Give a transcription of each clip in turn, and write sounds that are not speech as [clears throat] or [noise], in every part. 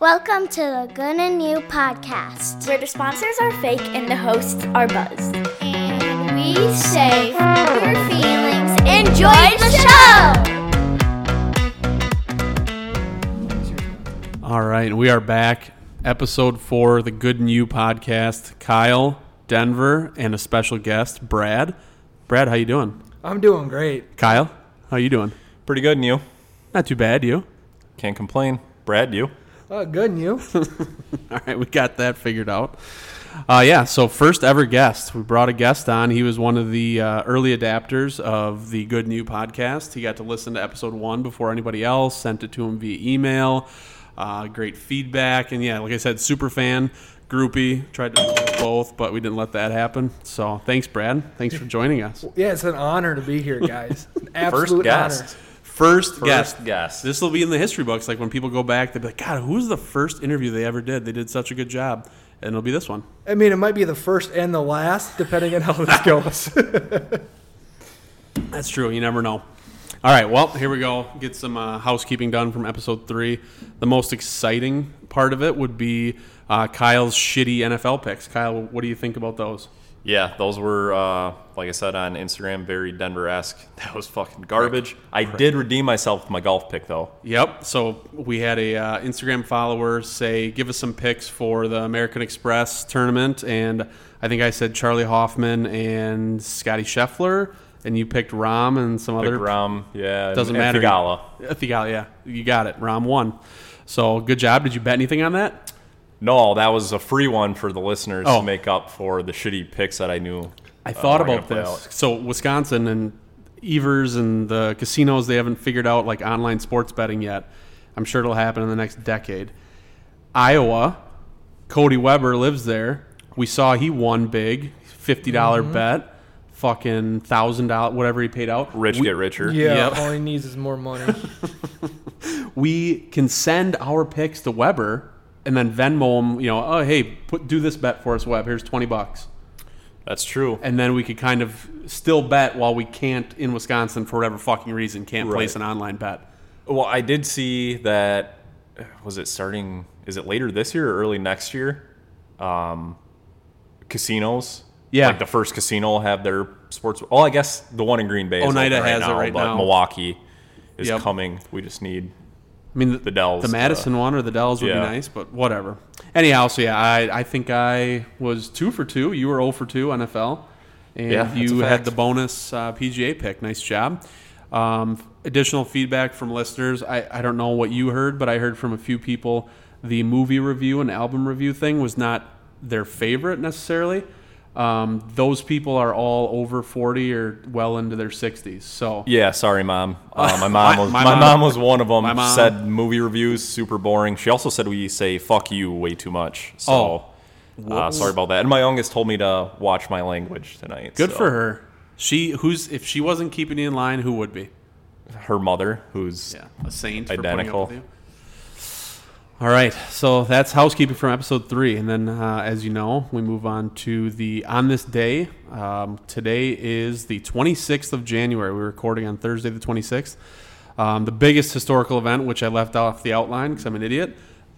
Welcome to the Good and New podcast, where the sponsors are fake and the hosts are buzzed. and we say your feelings. Enjoy the show. All right, we are back. Episode four, the Good New podcast. Kyle, Denver, and a special guest, Brad. Brad, how you doing? I'm doing great. Kyle, how you doing? Pretty good, and you? Not too bad, you? Can't complain. Brad, you? Oh, good, and [laughs] you? [laughs] All right, we got that figured out. Uh, yeah, so first ever guest. We brought a guest on. He was one of the uh, early adapters of the Good New podcast. He got to listen to episode one before anybody else, sent it to him via email. Uh, great feedback. And yeah, like I said, super fan, groupie, tried to do both, but we didn't let that happen. So thanks, Brad. Thanks for joining us. Yeah, it's an honor to be here, [laughs] guys. An absolute First guest. First, guest. guest. This will be in the history books. Like when people go back, they'll be like, God, who was the first interview they ever did? They did such a good job. And it'll be this one. honor. I mean, it might be the first and the last, depending on how [laughs] this goes. [laughs] That's true. You never know. All right. Well, here we go. Get some uh, housekeeping done from episode three. The most exciting part of it would be uh, Kyle's shitty NFL picks. Kyle, what do you think about those? Yeah, those were, uh, like I said on Instagram, very Denver esque. [laughs] That was fucking garbage. I did redeem myself with my golf pick, though. Yep. So we had a uh, Instagram follower say, "Give us some picks for the American Express tournament," and I think I said Charlie Hoffman and Scotty Scheffler, and you picked Rom and some Picked other Rom, yeah. Doesn't and matter. Thigala. Thigala, yeah, you got it. Rom won. So good job. Did you bet anything on that? No, that was a free one for the listeners Oh. to make up for the shitty picks that I knew. I thought uh, were about gonna play this. out. So Wisconsin and Evers and the casinos, they haven't figured out like online sports betting yet. I'm sure it'll happen in the next decade. Iowa, Cody Weber lives there. We saw he won big, fifty Mm-hmm. bet, fucking thousand dollar whatever he paid out. Rich we, get richer. yeah, Yep. all he needs is more money. we can send our picks to Weber and then Venmo him. You know, oh hey, put do this bet for us, Web. Here's twenty bucks. That's true. and then we could kind of still bet while we can't in Wisconsin for whatever fucking reason can't Right. place an online bet. Well, I did see that. Was it starting? Is it later this year or early next year? Um, casinos. Yeah. Like the first casino will have their sports. Well, I guess the one in Green Bay. Is Oneida open right has it now, right but now. Milwaukee is Yep. coming. We just need. I mean, The Dells, uh, the Madison one or the Dells would yeah. be nice, but whatever. Anyhow, so yeah, I I think I was two for two. You were zero for two NFL, and Yeah, that's you a had fact. the bonus uh, PGA pick. Nice job. Um, additional feedback from listeners. I I don't know what you heard, but I heard from a few people the movie review and album review thing was not their favorite necessarily. Um, those people are all over forty or well into their sixties. So Yeah, sorry, mom. Uh, [laughs] my mom My- was my my, mom- mom, was one of them. my mom- Said movie reviews super boring. She also said we say "fuck you" way too much. So, Oh. uh, sorry about that. And my youngest told me to watch my language tonight. good so. for her. She who's if she wasn't keeping you in line, who would be? Her mother, who's Yeah, a saint. Identical. For putting up with you. All right, so that's housekeeping from episode three, and then uh, as you know, we move on to the on this day. Um, today is the 26th of January. We're recording on Thursday, the 26th. Um, the biggest historical event, which I left off the outline because I'm an idiot.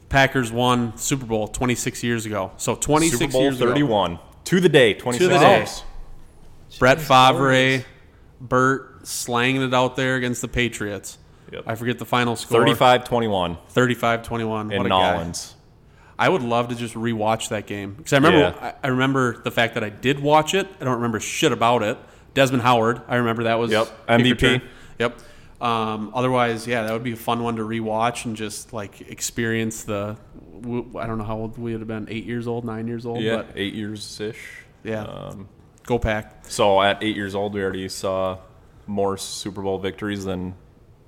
Packers won Super Bowl 26 years ago. So 26 Super Bowl years ago. 31 to the day. 26 To the day. days. Brett Favre, Lawrence. Burt slanging it out there against the Patriots. Yep. I forget the final score. 35 21 35 21. in what a Nollins. guy. I would love to just rewatch that game because I remember Yeah. I, I remember the fact that I did watch it. I don't remember shit about it. Desmond Howard, I remember that was Yep, kick MVP. return. Yep. Um, otherwise, yeah, that would be a fun one to rewatch and just like experience the. w- I don't know how old we would have been, eight years old, nine years old, Yeah, but eight years ish. yeah, Um, go pack. so at eight years old, we already saw more Super Bowl victories than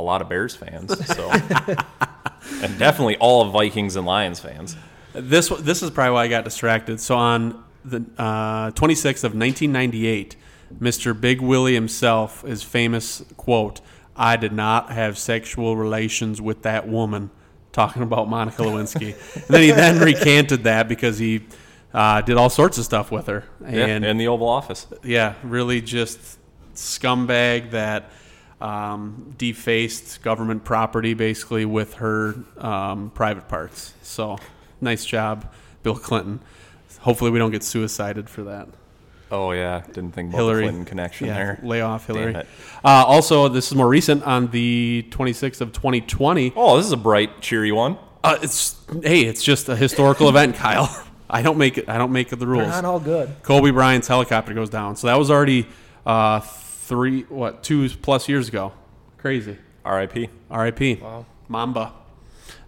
a lot of [laughs] Bears fans. So. and definitely all of Vikings and Lions fans. This this is probably why I got distracted. So on the uh, 26th of 1998, Mr. Big Willie himself, his famous quote, "I did not have sexual relations with that woman," talking about Monica Lewinsky. and then he then recanted that because he uh, did all sorts of stuff with her. Yeah, And in the Oval Office. yeah, really just scumbag that um, defaced government property basically with her um, private parts. So nice job, Bill Clinton. Hopefully, we don't get suicided for that. Oh yeah, didn't think about Hillary the Clinton connection yeah, there. Lay off Damn Hillary. Uh, it. also, this is more recent on the 26th of 2020. Oh, this is a bright, cheery one. Uh, it's hey, it's just a historical event, Kyle. [laughs] I don't make it. I don't make the rules. [laughs] Not all good. Kobe Bryant's helicopter goes down. So that was already uh, three, what, two plus years ago. Crazy. R.I.P. R.I.P. Wow. Mamba.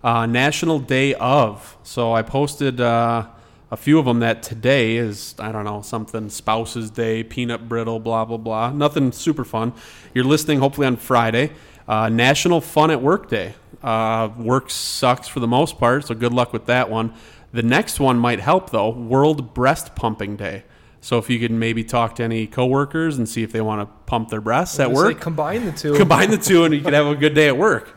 Uh, National Day of. So I posted uh, a few of them that today is, I don't know, something Spouse's Day, Peanut Brittle, blah, blah, blah. Nothing super fun. You're listening hopefully on Friday. Uh, National Fun at Work Day. Uh, work sucks for the most part, so good luck with that one. The next one might help though World Breast Pumping Day. So if you could maybe talk to any coworkers and see if they want to pump their breasts at Just, like, work, combine the two. combine the two and you could have a good day at work.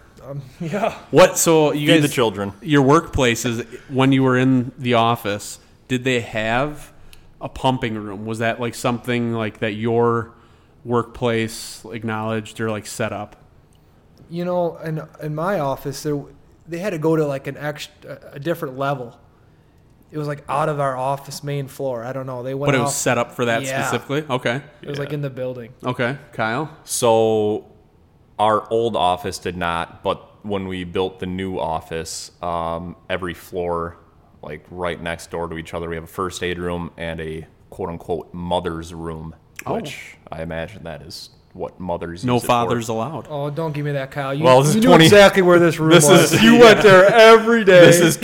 Yeah. What? So you Feed guys, the children. Your workplaces, when you were in the office, did they have a pumping room? Was that like something like that your workplace acknowledged or like set up? You know, in in my office, there they had to go to like an extra, a different level. It was like out of our office main floor. I don't know. They went. But it off- was set up for that Yeah. specifically. Okay. It was like in the building. Okay, Kyle. So our old office did not, but when we built the new office, um, every floor, like right next door to each other, we have a first aid room and a quote unquote mother's room, which I imagine that is what mothers Oh. No use it for. fathers allowed. Oh, don't give me that, Kyle. You, Well, this you is knew 20 exactly where [laughs] this room This was. is- you went there every day. This is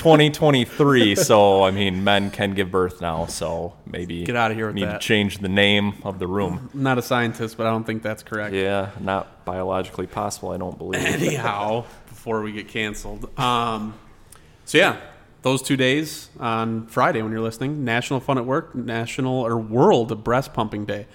2023, so I mean, men can give birth now, so maybe Get outta here with need that. to change the name of the room. I'm not a scientist, but I don't think that's correct. Yeah, not biologically possible. I don't believe. [laughs] Anyhow, before we get canceled. Um, so yeah, those two days on Friday when you're listening, National Fun at Work, National or World Breast Pumping Day,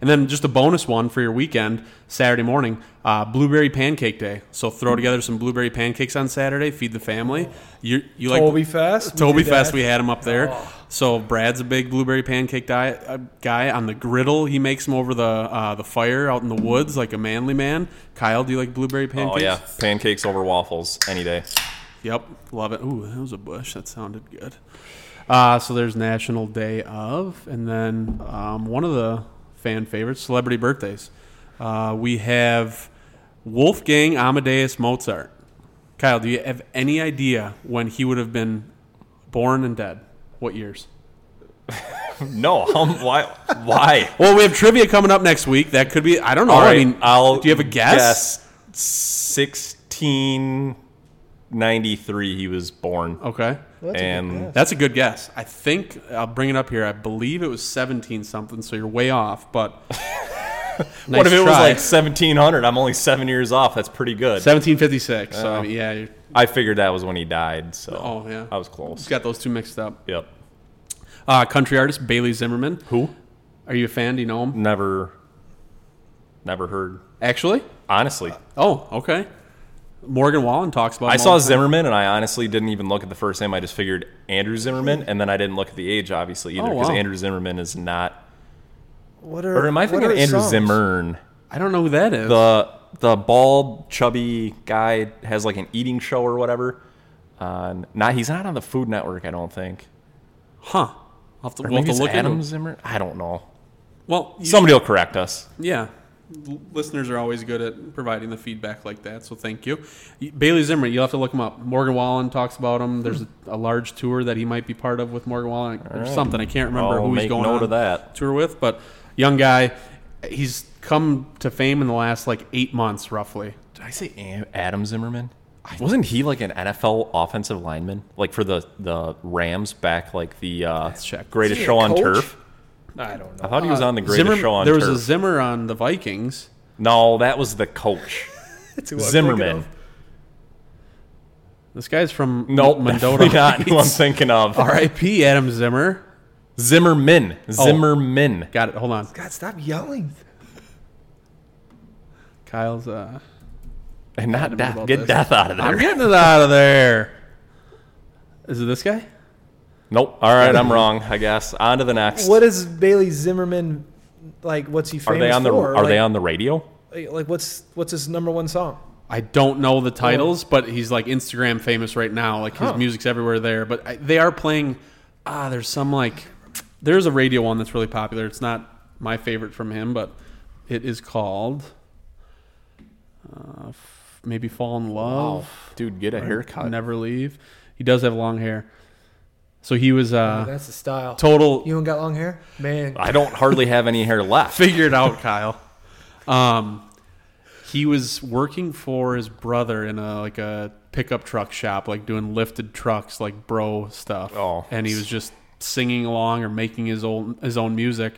and then just a bonus one for your weekend, Saturday morning, uh, Blueberry Pancake Day. So throw together some blueberry pancakes on Saturday, feed the family. You you like Toby Fest. we Toby did Fest, that. we had him up there. Oh. So Brad's a big blueberry pancake diet, uh, guy on the griddle. He makes them over the uh, the fire out in the woods like a manly man. Kyle, do you like blueberry Oh pancakes? yeah, pancakes over waffles any day. Yep, love it. Ooh, that was a bush. That sounded good. Uh, so there's National Day of, and then um, one of the fan favorites, celebrity birthdays. Uh, we have Wolfgang Amadeus Mozart. Kyle, do you have any idea when he would have been born and dead? What years? No, [laughs] um, why? Why? [laughs] Well, we have trivia coming up next week. That could be. I don't know. All right, I mean, I'll do you have a guess? guess 1693 he was born. Okay, and Oh, that's a good guess. I think I'll bring it up here. I believe it was seventeen something. So you're way off, [laughs] but. what if it was try. like 1700? I'm only seven years off. That's pretty good. 1756. So I mean, yeah, you're, I figured that was when he died. So oh yeah, Oh. I was close. Just got those two mixed up. Yep. Uh, country artist Bailey Zimmerman. Who? Are you a fan? Do you know him? Never, never heard. Actually, Honestly, oh okay. Morgan Wallen talks about. I him saw all the time. Zimmerman, and I honestly didn't even look at the first name. I just figured Andrew Zimmerman, and then I didn't look at the age, obviously, either Oh, because wow. Andrew Zimmerman is not. What are, Or am I what thinking are of Andrew songs? Zimmern? I don't know who that is. The the bald, chubby guy has like an eating show or whatever. Uh, not he's not on the Food Network, I don't think. huh? I'll have to, Or we'll have maybe to it's look at Adam him. Zimmer. I don't know. Well, you Somebody will correct us. Yeah. L- Listeners are always good at providing the feedback like that, so thank you. Y- Bailey Zimmerman, you'll have to look him up. Morgan Wallen talks about him. There's a, Hmm. a large tour that he might be part of with Morgan Wallen or something. I can't remember I'll who he's make going note on of that. tour with, but young guy. He's come to fame in the last like eight months, roughly. Did I say Am- Adam Zimmerman? Wasn't he like an NFL offensive lineman, like for the the Rams back, like the uh, check. greatest Is he a show on coach? turf? I don't I thought he was on the greatest show on there turf. was a Zimmer on the Vikings. no, that was the coach, That's who I'm thinking Zimmerman. of. This guy's from No, Mendota. [laughs] definitely not who I'm [laughs] thinking of. R.I.P. Adam Zimmer. Zimmerman, Zimmerman. Got it. Hold on. God, stop yelling. Kyle's. uh And not death. about Get this. death out of there. I'm getting it out of there. Is it this guy? nope. All right, I'm wrong. I guess on to the next. What is Bailey Zimmerman like? What's he are famous they on the for? Are they Like, on the radio? like, like what's what's his number one song? I don't know the titles, but he's like Instagram famous right now. Like his Huh. music's everywhere there. But I, they are playing. Ah, there's some like there's a radio one that's really popular. It's not my favorite from him, but it is called uh, f- maybe Fall in Love. Dude, get a haircut. Never leave. He does have long hair, so he was uh, Oh, That's the style. total You ain't got long hair, man. I don't hardly have any [laughs] hair left. figure it out, Kyle. Um, he was working for his brother in a like a pickup truck shop, like doing lifted trucks, like bro stuff. Oh. and he was just singing along or making his own his own music,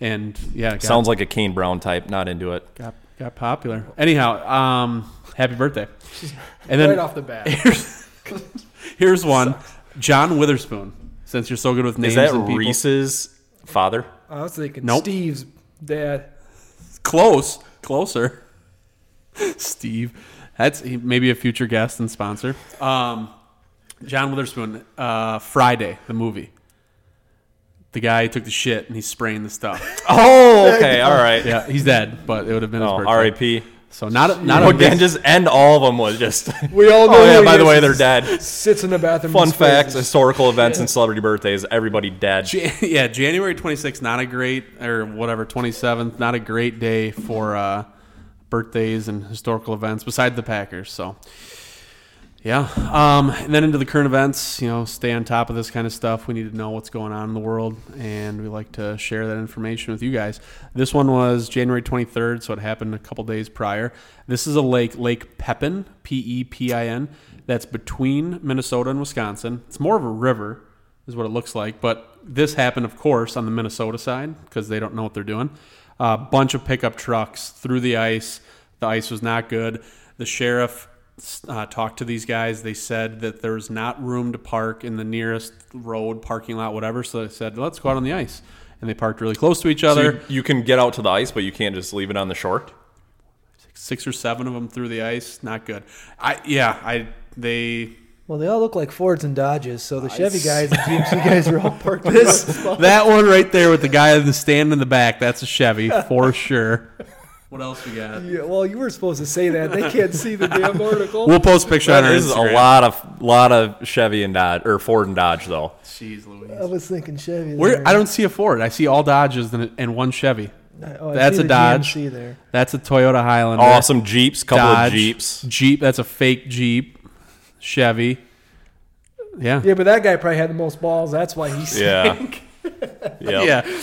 and yeah, got, Sounds like a Kane Brown type. Not into it. got got popular. Anyhow, um, happy [laughs] birthday, and Right then off the [laughs] [laughs] bat. [laughs] here's, here's one, John Witherspoon. Since you're so good with names, Is that and people. Reese's father? I was thinking Nope. Steve's dad. Close, closer. [laughs] Steve, that's maybe a future guest and sponsor. Um, John Witherspoon, uh, Friday, the movie. The guy took the shit and he sprained the [laughs] stuff. Oh, okay, all right. Yeah, he's dead, but it would have been his Oh, birthday. R.I.P. So not a, not Not a again. big, Just end all of them was just. We all know. [laughs] oh yeah. who By he the is. way, they're [laughs] dead. Sits in the bathroom. Fun displays facts, his- historical events, and celebrity birthdays. Everybody dead. Jan- [laughs] yeah, January 26th, not a great or whatever 27th, not a great day for uh, birthdays and historical events beside the Packers. So yeah, um, and then into the current events, you know, stay on top of this kind of stuff. We need to know what's going on in the world, and we like to share that information with you guys. This one was January 23rd, so it happened a couple days prior. This is a lake, Lake Pepin, P E P I N, that's between Minnesota and Wisconsin. It's more of a river, is what it looks like, but this happened, of course, on the Minnesota side because they don't know what they're doing. A bunch of pickup trucks through the ice. The ice was not good. The sheriff uh, talked to these guys. They said that there's not room to park in the nearest road, parking lot, whatever. So they said, let's go out on the ice. And they parked really close to each So other. you, you can get out to the ice, but you can't just leave it on the shore. Six or seven of them through the ice. Not good. I yeah. I they Well, they all look like Fords and Dodges, so the Chevy guys and GMC guys are all [laughs] parked. This that one right there with the guy in the stand in the back. That's a Chevy for sure. What else we got? Yeah, well, you were supposed to say that. They can't see the damn article. We'll post a picture on our This is a Instagram. lot of lot of Chevy and Dodge or Ford and Dodge though. Jeez I Louise. was thinking Chevy. Where there. I don't see a Ford. I see all Dodges and, and one Chevy. Oh, I that's see a the Dodge. GMC there. That's a Toyota Highlander. Awesome Jeeps, couple Dodge, of [laughs] Jeeps. Jeep. That's a fake Jeep. Chevy. Yeah. Yeah, but that guy probably had the most balls. That's why he's. Yeah. yeah. Yeah. [laughs]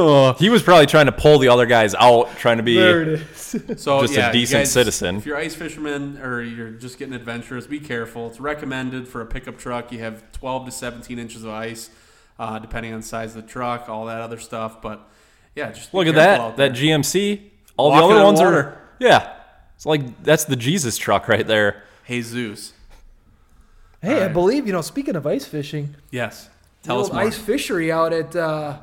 Oh, He was probably trying to pull the other guys out, trying to be There it is. so Just a yeah, you decent guys- citizen. If you're ice fisherman or you're just getting adventurous, be careful. It's recommended for a pickup truck. You have 12 to 17 inches of ice, uh, depending on the size of the truck, all that other stuff. But yeah, just be Look at careful that. out That there. GMC. All Walking the other on ones water. are. Yeah. It's like that's the Jesus truck right there. Jesus. [laughs] Hey, I Alright. believe you know. Speaking of ice fishing, Yes. the Tell us old more. ice fishery out at uh,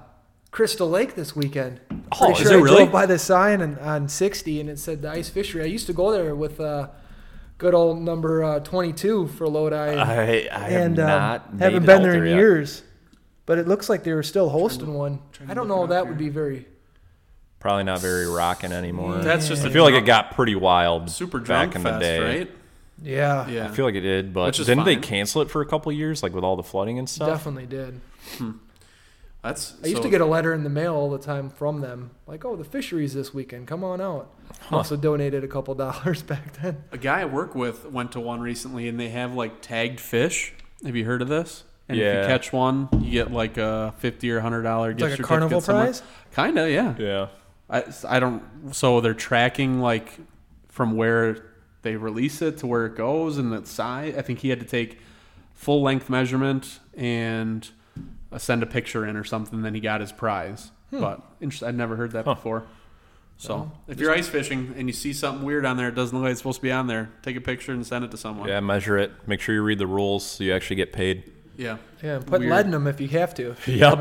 Crystal Lake this weekend. Oh, Pretty is sure it I really? drove by the sign on, on 60 and it said the ice fishery. I used to go there with uh, good old number uh, 22 for Lodi. and- I, I and have um, not made haven't it been out there in yet. years. But it looks like they were still hosting one. trying to I don't look it know. up That here. would be very. Probably not very rocking anymore. That's just I a feel like it got pretty wild super drunk back in fest, the day. right? Yeah, Yeah. I feel like it did, but Which is didn't they fine. cancel it for a couple years, like with all the flooding and stuff? definitely did. That's. I used so- to get a letter in the mail all the time from them, like, "Oh, the fisheries this weekend. Come on out." Also donated a couple [laughs] dollars back then. A guy I work with went to one recently, and they have like tagged fish. Have you heard of this? And if Yeah. you catch one, you get like a fifty or hundred dollar gift like a certificate carnival somewhere. prize? Kinda, yeah. Yeah. I, I don't. So they're tracking like from where they release it to where it goes and the size. I think he had to take full length measurement and uh, send a picture in or something. Then he got his prize. But interesting. I'd never heard that before. So if you're ice fishing and you see something weird on there, it doesn't look like it's supposed to be on there. Take a picture and send it to someone. Yeah, measure it. Make sure you read the rules so you actually get paid. Yeah. Yeah, put Weird. lead in them if you have to. Yep.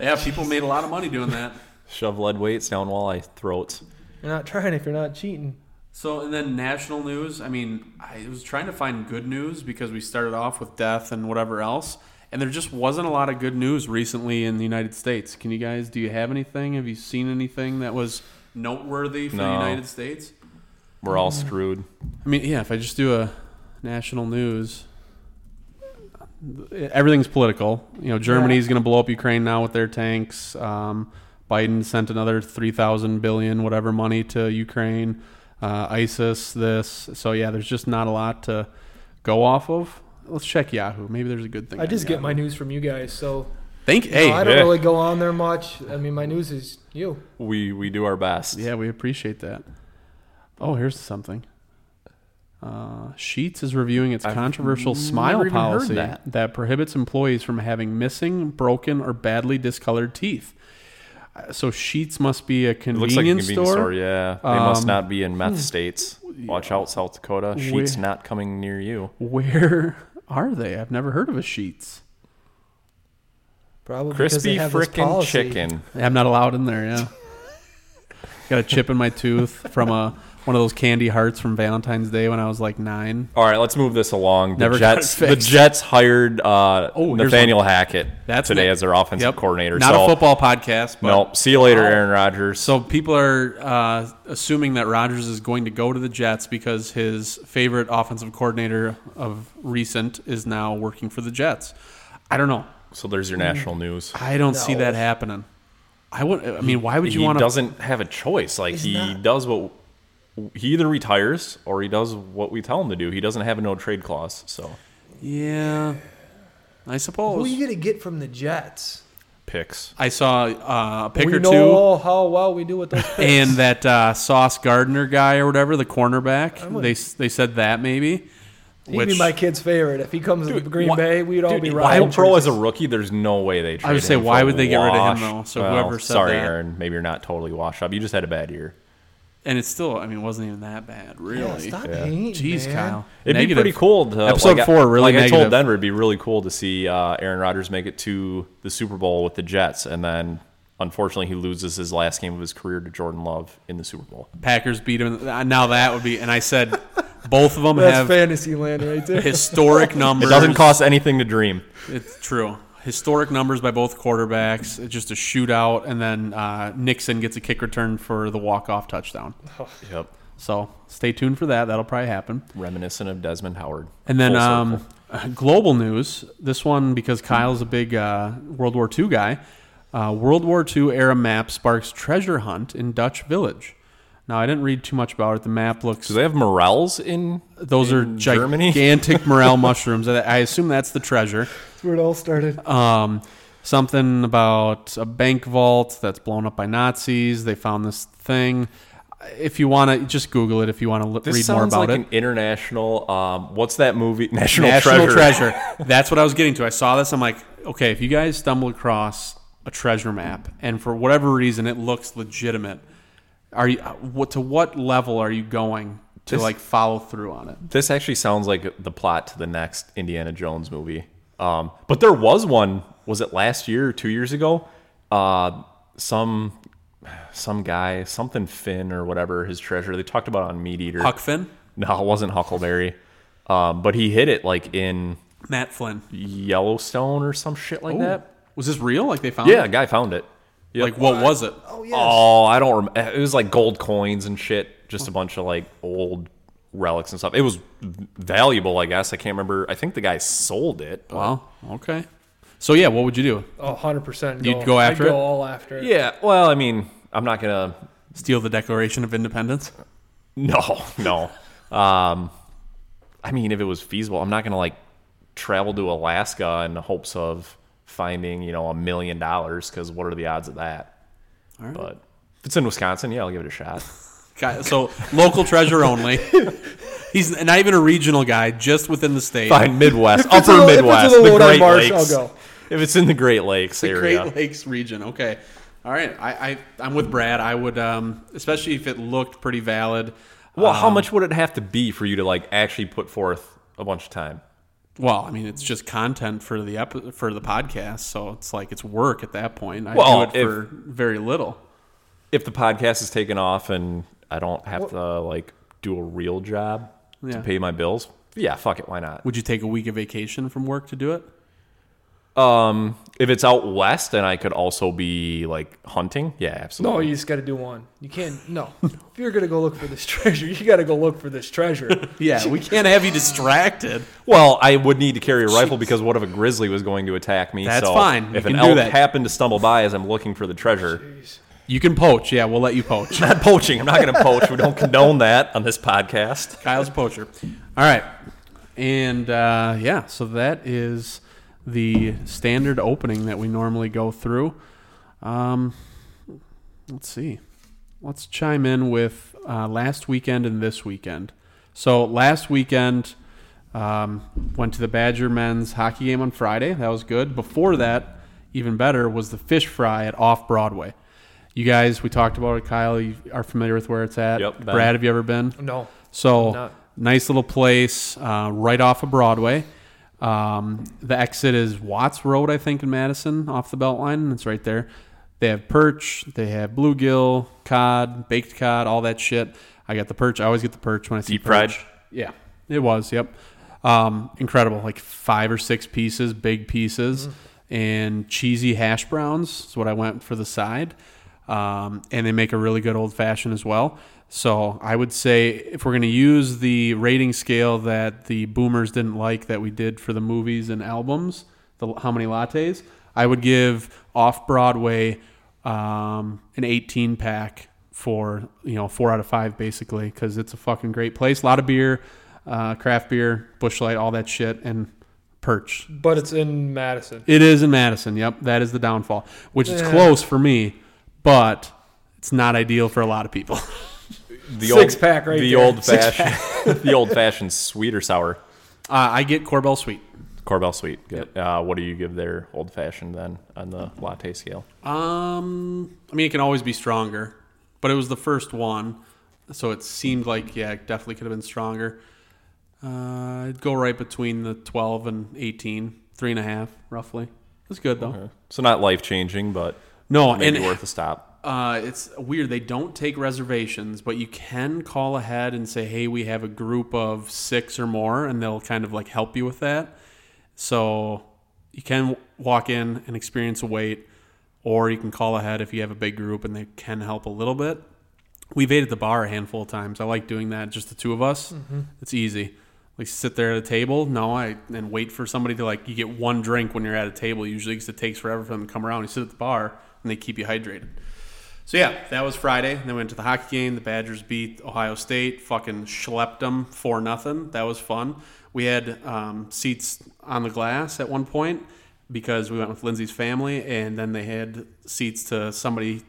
Yeah, People made a lot of money doing that. [laughs] Shove lead weights down walleye throats. You're not trying if you're not cheating. So, and then national news. I mean, I was trying to find good news because we started off with death and whatever else, and there just wasn't a lot of good news recently in the United States. Can you guys? Do you have anything? Have you seen anything that was noteworthy for the No. United States? We're Mm. all screwed. I mean, yeah, if I just do a national news, everything's political. You know, Germany's going to blow up Ukraine now with their tanks. Um, Biden sent another 3,000 billion, whatever money to Ukraine, uh, ISIS, this. So, yeah, there's just not a lot to go off of. Let's check Yahoo. Maybe there's a good thing. I on just get Yahoo. my news from you guys, so Thank. you know, Hey, I don't yeah. really go on there much. I mean, my news is you. We we do our best. Yeah, we appreciate that. Oh, here's something. Uh, Sheets is reviewing its controversial smile never even heard policy that. prohibits employees from having missing, broken, or badly discolored teeth. Uh, So Sheets must be a It convenience, looks like a convenience store. store. Um, hmm. yeah. They must not be in meth states. Watch out, South Dakota. Sheets not coming near you. Where are they? I've never heard of a Sheets. Probably because they Crispy have this frickin' policy. chicken. I'm not allowed in there. Yeah, [laughs] got a chip in my tooth from a one of those candy hearts from Valentine's Day when I was like nine. All right, let's move this along. The Never got it Jets. The fixed. Jets hired uh, Oh, here's Nathaniel Hackett today ne- as their offensive Yep. coordinator. Not so, a football podcast. But No, see you later, Aaron Rodgers. So people are uh, assuming that Rodgers is going to go to the Jets because his favorite offensive coordinator of recent is now working for the Jets. I don't know. so there's your national news. I don't see that happening. I would. I mean, why would you he want to? doesn't have a choice. Like he not- does what he either retires or he does what we tell him to do. He doesn't have a no trade clause. So Yeah, I Who are suppose. you gonna get from the Jets? picks. I saw uh, a pick we or two, know how well we do with those. picks. and that uh, Sauce Gardner guy or whatever, the cornerback. They they said that maybe. He'd be my kid's favorite. If he comes to Green why- Bay, we'd all Dude, be why riding pro as a jerseys. rookie? There's no way they. Trade would say, him for why would they get rid of him, wash? though? So Well, whoever said sorry, that- Aaron, maybe you're not totally washed up. You just had a bad year. and it's still. I mean, it wasn't even that bad, really. Yeah, stop hating, Jeez, man. Kyle. It'd Negative. be pretty cool. To, Episode like I- four, really Like I negative. told Denver, it'd be really cool to see uh, Aaron Rodgers make it to the Super Bowl with the Jets, and then unfortunately he loses his last game of his career to Jordan Love in the Super Bowl. Packers beat him. Now that would be. And I said, [laughs] both of them That's have fantasy land right [laughs] there. historic It numbers. doesn't cost anything to dream. It's true. Historic numbers by both quarterbacks. It's just a shootout, and then uh, Nixon gets a kick return for the walk-off touchdown. Yep. So stay tuned for that. That'll probably happen. Reminiscent of Desmond Howard. And then Full circle. um, [laughs] global news. This one because Kyle's a big uh, World War II guy. Uh, World War II era map sparks treasure hunt in Dutch village. Now I didn't read too much about it. The map looks do they have morels in? Those in are Germany? [laughs] gigantic morel mushrooms. I I assume that's the treasure. That's where it all started. Um, something about a bank vault that's blown up by Nazis. They found this thing. If you want to, just Google it. If you want to This read more sounds about like it, an international. Um, what's that movie? [laughs] National, National Treasure. treasure. [laughs] That's what I was getting to. I saw this. I'm like, okay, if you guys stumble across a treasure map and for whatever reason it looks legitimate, are you uh, what to what level are you going to This- like follow through on it? This actually sounds like the plot to the next Indiana Jones movie. Um, but there was one. Was it last year or two years ago? Uh, some some guy, something Finn or whatever, his treasure. They talked about it on Meat Eater. Huck Finn, [laughs] no, it wasn't Huckleberry. Um, but he hid it like in Matt Flynn. Yellowstone or some shit like Ooh. that. Was this real? Like they found Yeah, a it? guy found it. Yep. Like what was it? Oh yes. Oh, I don't remember. It was like gold coins and shit, just a bunch of like old relics and stuff. It was valuable, I guess. I can't remember. I think the guy sold it. but- Well, okay. So yeah, what would you do? Oh, 100%. You'd go after I'd it? go all after it. yeah. Well, I mean, I'm not gonna. [laughs] Steal the Declaration of Independence? No, no. um, I mean, if it was feasible, I'm not gonna like travel to Alaska in the hopes of finding you know a million dollars because what are the odds of that? All right. But if it's in Wisconsin, yeah, I'll give it a shot. Guy- So local treasure only. [laughs] He's not even a regional guy, just within the state. Fine, Midwest, it's upper in the- if it's in Midwest, the the, Lodi Great Marsh, I'll Lakes. go. If it's in the Great Lakes The area, Great Lakes region. Okay. All right. I, I I'm with Brad. I would um especially if it looked pretty valid. well, how Um, much would it have to be for you to like actually put forth a bunch of time? Well, I mean, it's just content for the ep- for the podcast, so it's like it's work at that point. I Well, do it if- for very little. If the podcast is taken off and I don't have to like do a real job Yeah. to pay my bills, yeah, fuck it, why not? Would you take a week of vacation from work to do it? Um, if it's out west and I could also be like hunting, yeah, absolutely. No, Oh, you just got to do one. You can't. [laughs] No, if you're gonna go look for this [laughs] treasure, you got to go look for this treasure. [laughs] Yeah, we can't have you distracted. [laughs] Well, I would need to carry a rifle because what if a grizzly was going to attack me? That's so fine. You If can an do elk that. happened to stumble by as I'm looking for the treasure, You can poach. Yeah, we'll let you poach. not poaching. I'm not going to poach. We don't condone that on this podcast. Kyle's a poacher. All right. And uh, yeah, so that is the standard opening that we normally go through. Um, let's see. Let's chime in with uh, last weekend and this weekend. So last weekend, um, went to the Badger men's hockey game on Friday. That was good. Before that, even better, was the fish fry at Off Broadway. You guys, we talked about it. Kyle, you are familiar with where it's at. Yep, been. Brad, have you ever been? No, So Not- nice little place uh, right off of Broadway. Um, the exit is Watts Road, I think, in Madison, off the Beltline. It's right there. They have perch, they have bluegill, cod, baked cod, all that shit. I got the perch. I always get the perch when I see Deep fried? perch. Yeah, it was. Yep, um, incredible. Like five or six pieces, big pieces, and cheesy hash browns is what I went for the side. Um, and they make a really good old fashioned as well. So I would say if we're going to use the rating scale that the boomers didn't like that we did for the movies and albums, the how many lattes, I would give off Broadway um, an 18 pack for you know four out of five basically because it's a fucking great place. A lot of beer, uh, craft beer, bushlight, all that shit, and perch. but it's in Madison. It is in Madison. Yep, that is the downfall, which is Yeah. close for me, but it's not ideal for a lot of people. [laughs] The Six pack right the there. old fashioned, [laughs] the old fashioned sweet or sour. uh, I get Corbel Sweet. Corbel sweet. Good. Uh, what do you give their old fashioned then on the latte scale? Um, I mean, it can always be stronger, but it was the first one, so it seemed like yeah, it definitely could have been stronger. Uh, I'd go right between the 12 and 18, three and a half roughly. It's good though. So not life changing, but No, maybe and worth a stop. uh, it's weird. They don't take reservations, but you can call ahead and say, "Hey, we have a group of six or more," and they'll kind of like help you with that. So you can walk in and experience a wait, or you can call ahead if you have a big group and they can help a little bit. We've ate at the bar a handful of times. I like doing that, just the two of us. It's easy. Like sit there at a table. No, I and wait for somebody to like. You get one drink when you're at a table usually because it takes forever for them to come around. You sit at the bar and they keep you hydrated. So yeah, that was Friday. Then we went to the hockey game. The Badgers beat Ohio State. Fucking schlepped them for nothing. That was fun. We had um, seats on the glass at one point because we went with Lindsay's family, and then they had seats to somebody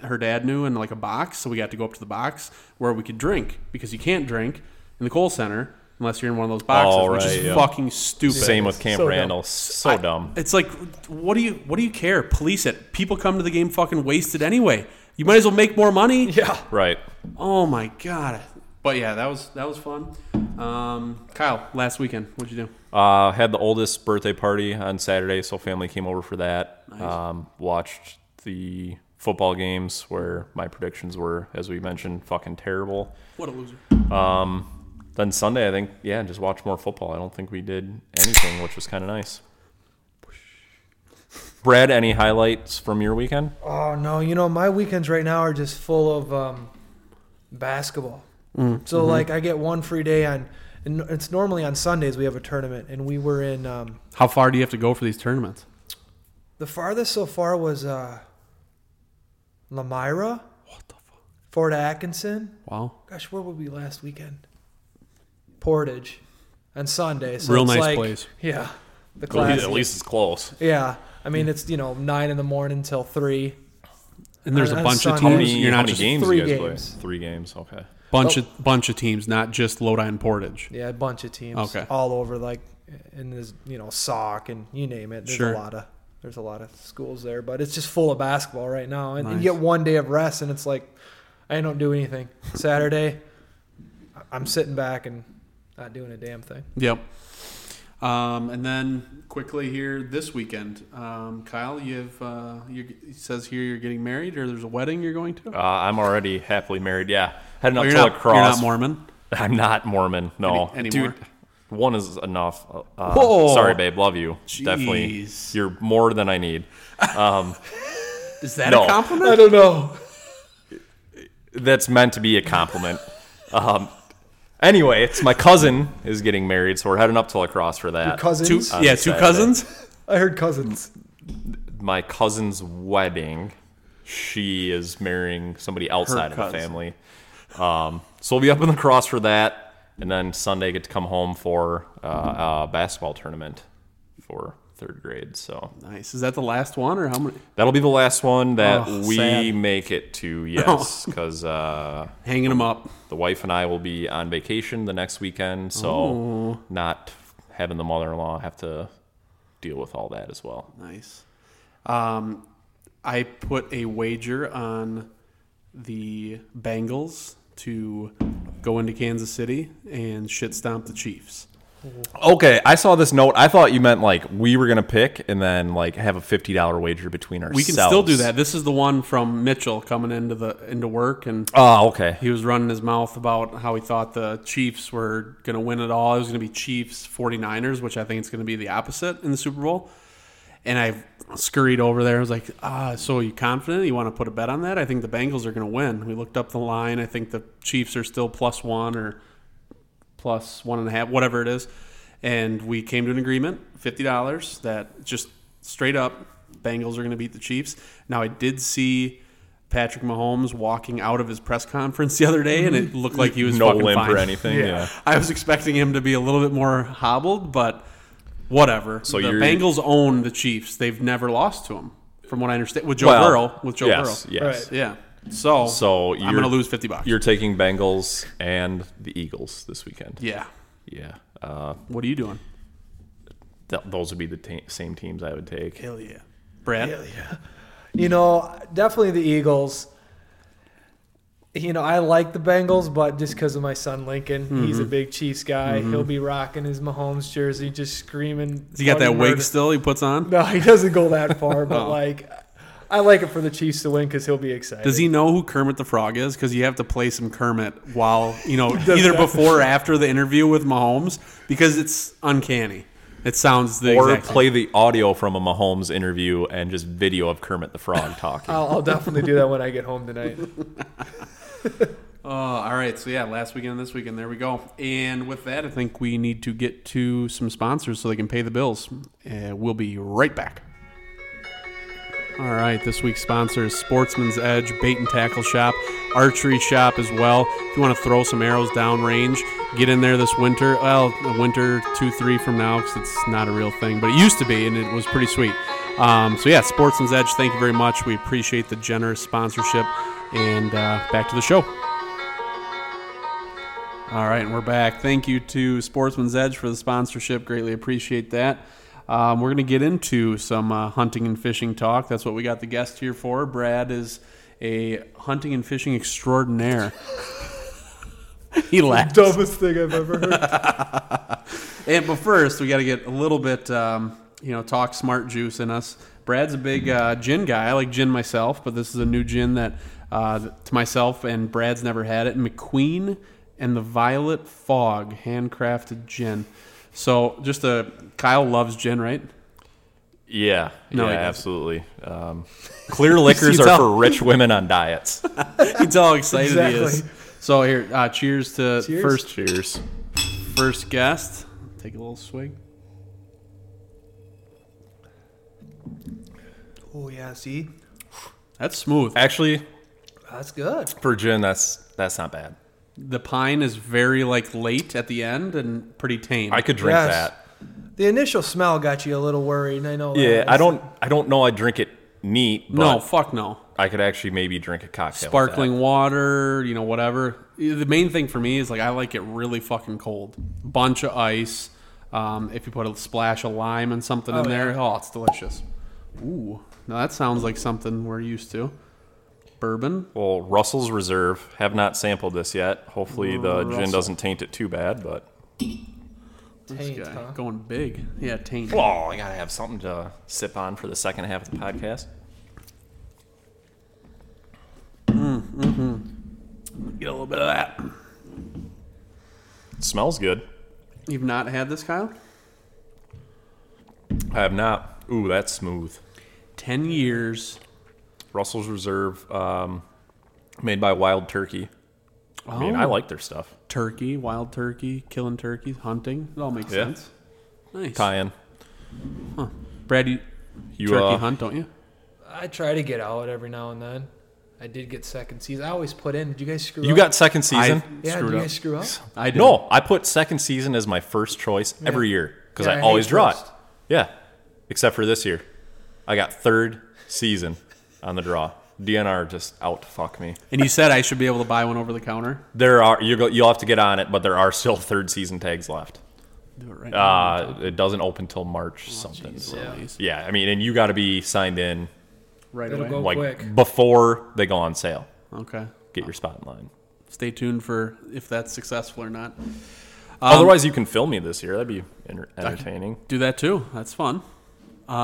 her dad knew in like a box. So we got to go up to the box where we could drink because you can't drink in the Cole Center unless you're in one of those boxes, All which right, is yeah. fucking stupid. Same with Camp So dumb. Randall. So I- dumb. It's like, what do you what do you care? Police it. People come to the game fucking wasted anyway. You might as well make more money. Yeah, Right. Oh my god. But yeah, that was that was fun. Um, Kyle, last weekend, what'd you do? Uh, had the oldest birthday party on Saturday, so family came over for that. Um, watched the football games where my predictions were, as we mentioned, fucking terrible. What a loser. Then Sunday, I think, yeah, just watched more football. I don't think we did anything, which was kind of nice. Brad, any highlights from your weekend? Oh no, you know my weekends right now are just full of um, basketball. Mm. so Mm-hmm. like I get one free day on, and it's normally on Sundays we have a tournament, and we were in um, How far do you have to go for these tournaments? the farthest so far was uh, Lamira, What the fuck? Fort Atkinson. Wow. Gosh, where were we last weekend? Portage, on Sunday. So Real it's nice like- place. Yeah, the At class. least, it's close. Yeah, I mean it's you know nine in the morning till three. And there's On- a on bunch of Sunday. How How teams. many, You're not just games three you guys games. play? Three games, okay. bunch of bunch of teams, not just Lodi and Portage. Yeah, a bunch of teams. Okay. All over, like, and there's you know sock and you name it. There's Sure. a lot of there's a lot of schools there, but it's just full of basketball right now. And, and Nice. you get one day of rest, and it's like I don't do anything. Saturday, I- I'm sitting back and not doing a damn thing. Yep. Um, and then quickly here this weekend, um, Kyle, you have uh, you it says here you're getting married or there's a wedding you're going to. Uh, I'm already happily married. Yeah, heading Oh, up you're to not, [laughs] lacrosse. you're not Mormon. I'm not Mormon. No, Any- anymore? dude. One is enough. Uh, Whoa. Sorry, babe. Love you. Definitely. Jeez. You're more than I need. Is that No. a compliment? I don't know. That's meant to be a compliment. [laughs] um, anyway, it's my cousin is getting married, so we're heading up to lacrosse for that. Uh, Two, Cousins. yeah, two Saturday. cousins. I heard cousins. my cousin's wedding. She is marrying somebody outside of the cousin. family. Um, so we'll be up in the cross for that, and then Sunday get to come home for uh, a basketball tournament for third grade. So Nice. Is that the last one or how many? that'll be the last one that Oh, we sad. make it [laughs] to. Yes, because uh, Hanging them up. the wife and I will be on vacation the next weekend, so not having the mother-in-law have to deal with all that as well. Nice. Um, I put a wager on the Bengals to go into Kansas City and shit stomp the Chiefs. Okay, I saw this note. I thought you meant like we were gonna pick and then like have a fifty dollar wager between ourselves. We can still do that. This is the one from Mitchell coming into the into work and Oh, okay. he was running his mouth about how he thought the Chiefs were going to win it all. It was going to be Chiefs 49ers, which I think it's going to be the opposite in the Super Bowl. And I scurried over there. I was like, ah, so are you confident? You want to put a bet on that? I think the Bengals are going to win. We looked up the line. I think the Chiefs are still plus one or plus one and a half, whatever it is. And we came to an agreement, fifty dollars, that just straight up Bengals are going to beat the Chiefs. Now I did see Patrick Mahomes walking out of his press conference [laughs] the other day, and it looked like he was No fucking limp fine. or anything. Yeah. [laughs] I was expecting him to be a little bit more hobbled, but whatever. So the you're- Bengals own the Chiefs; they've never lost to him, from what I understand. With Joe Well, Burrow, with Joe yes, Burrow, yes. Right. yeah. So, So I'm you're- going to lose fifty bucks. You're taking Bengals and the Eagles this weekend. yeah. Yeah. Uh, What are you doing? th- those would be the ta same teams I would take. Hell yeah, Brad. You know, definitely the Eagles. You know, I like the Bengals, but just because of my son Lincoln, he's Mm-hmm. a big Chiefs guy. He'll be rocking his Mahomes jersey, just screaming. Does he got that bloody wig murder. still he puts on? No, he doesn't go that [laughs] far, but Oh. like, I like it for the Chiefs to win because he'll be excited. Does he know who Kermit the Frog is? Because you have to play some Kermit while, you [laughs] know, either before or after the interview with Mahomes because it's uncanny. It sounds the Or exact play the audio from a Mahomes interview and just video of Kermit the [laughs] Frog talking. I'll, I'll definitely do that when I get home tonight. [laughs] Oh, all right. So, yeah, last weekend, this weekend. There we go. And with that, I think we need to get to some sponsors so they can pay the bills. Uh, we'll be right back. All right, this week's sponsor is Sportsman's Edge Bait and Tackle Shop, Archery Shop as well. If you want to throw some arrows downrange, get in there this winter. Well, a winter two, three from now, because it's not a real thing, but it used to be, and it was pretty sweet. Um, so yeah, Sportsman's Edge. Thank you very much. We appreciate the generous sponsorship. And uh, back to the show. All right, and we're back. Thank you to Sportsman's Edge for the sponsorship. Greatly appreciate that. Um, we're going to get into some uh, hunting and fishing talk. That's what we got the guest here for. Brad is a hunting and fishing extraordinaire. [laughs] he laughed. Dumbest thing I've ever heard. And but first, we got to get a little bit, um, you know, talk smart juice in us. Brad's a big uh, gin guy. I like gin myself, but this is a new gin that uh, to myself and Brad's never had it. McQueen and the Violet Fog handcrafted gin. So just a Kyle loves gin, right? [laughs] yeah. No, he doesn't. yeah, absolutely. Um, [laughs] clear liquors You are tell. for rich women on [laughs] diets. You tell how excited he is. Exactly. So here, uh, cheers to Cheers. first Cheers. first guest. Take a little swig. [laughs] Oh yeah, see, That's smooth. Actually, that's good. for gin, that's that's not bad. The pine is very like late at the end and pretty tame. I could drink Yes. that. The initial smell got you a little worried, and I know. that. Yeah, I don't. I don't know. I drink it neat, but no, fuck no. I could actually maybe drink a cocktail. with that. sparkling water, you know, whatever. The main thing for me is like I like it really fucking cold. Bunch of ice. Um, if you put a splash of lime and something in there, oh, it's delicious. Ooh, now that sounds like something we're used to. Bourbon. Well, Russell's Reserve. Have not sampled this yet. Hopefully, the gin doesn't taint it too bad. But Taint, Guy, huh? Going big. Yeah, taint. oh, I gotta have something to sip on for the second half of the podcast. Get a little bit of that. It smells good. You've not had this, Kyle? I have not. Ooh, that's smooth. 10 years. Russell's Reserve, um, made by Wild Turkey. I mean, I Oh. like their stuff. Turkey, wild turkey, killing turkeys, hunting. It all makes Yeah. sense. Nice. Kyan, Brad, you, you turkey uh, hunt, don't you? I try to get out every now and then. I did get second season. I always put in. Did you guys screw You up? got second season. I yeah, screwed did you up. guys screw up? I did. no, I put second season as my first choice every year because Yeah, I I hate always draw it. first. Yeah, except for this year, I got third season on the draw. DNR just out fuck me. And you said I should be able to buy one over the counter. There are you go. You'll have to get on it, but there are still third season tags left. Do it right Uh, it doesn't open till March something. Oh, Jeez, so- Louise. yeah, I mean, and you got to be signed in Right It'll away. go like quick. before they go on sale. Okay. Get your spot in line. Stay tuned for if that's successful or not. Otherwise, you can film me this year. That'd be enter- entertaining. Do that too. That's fun. Um,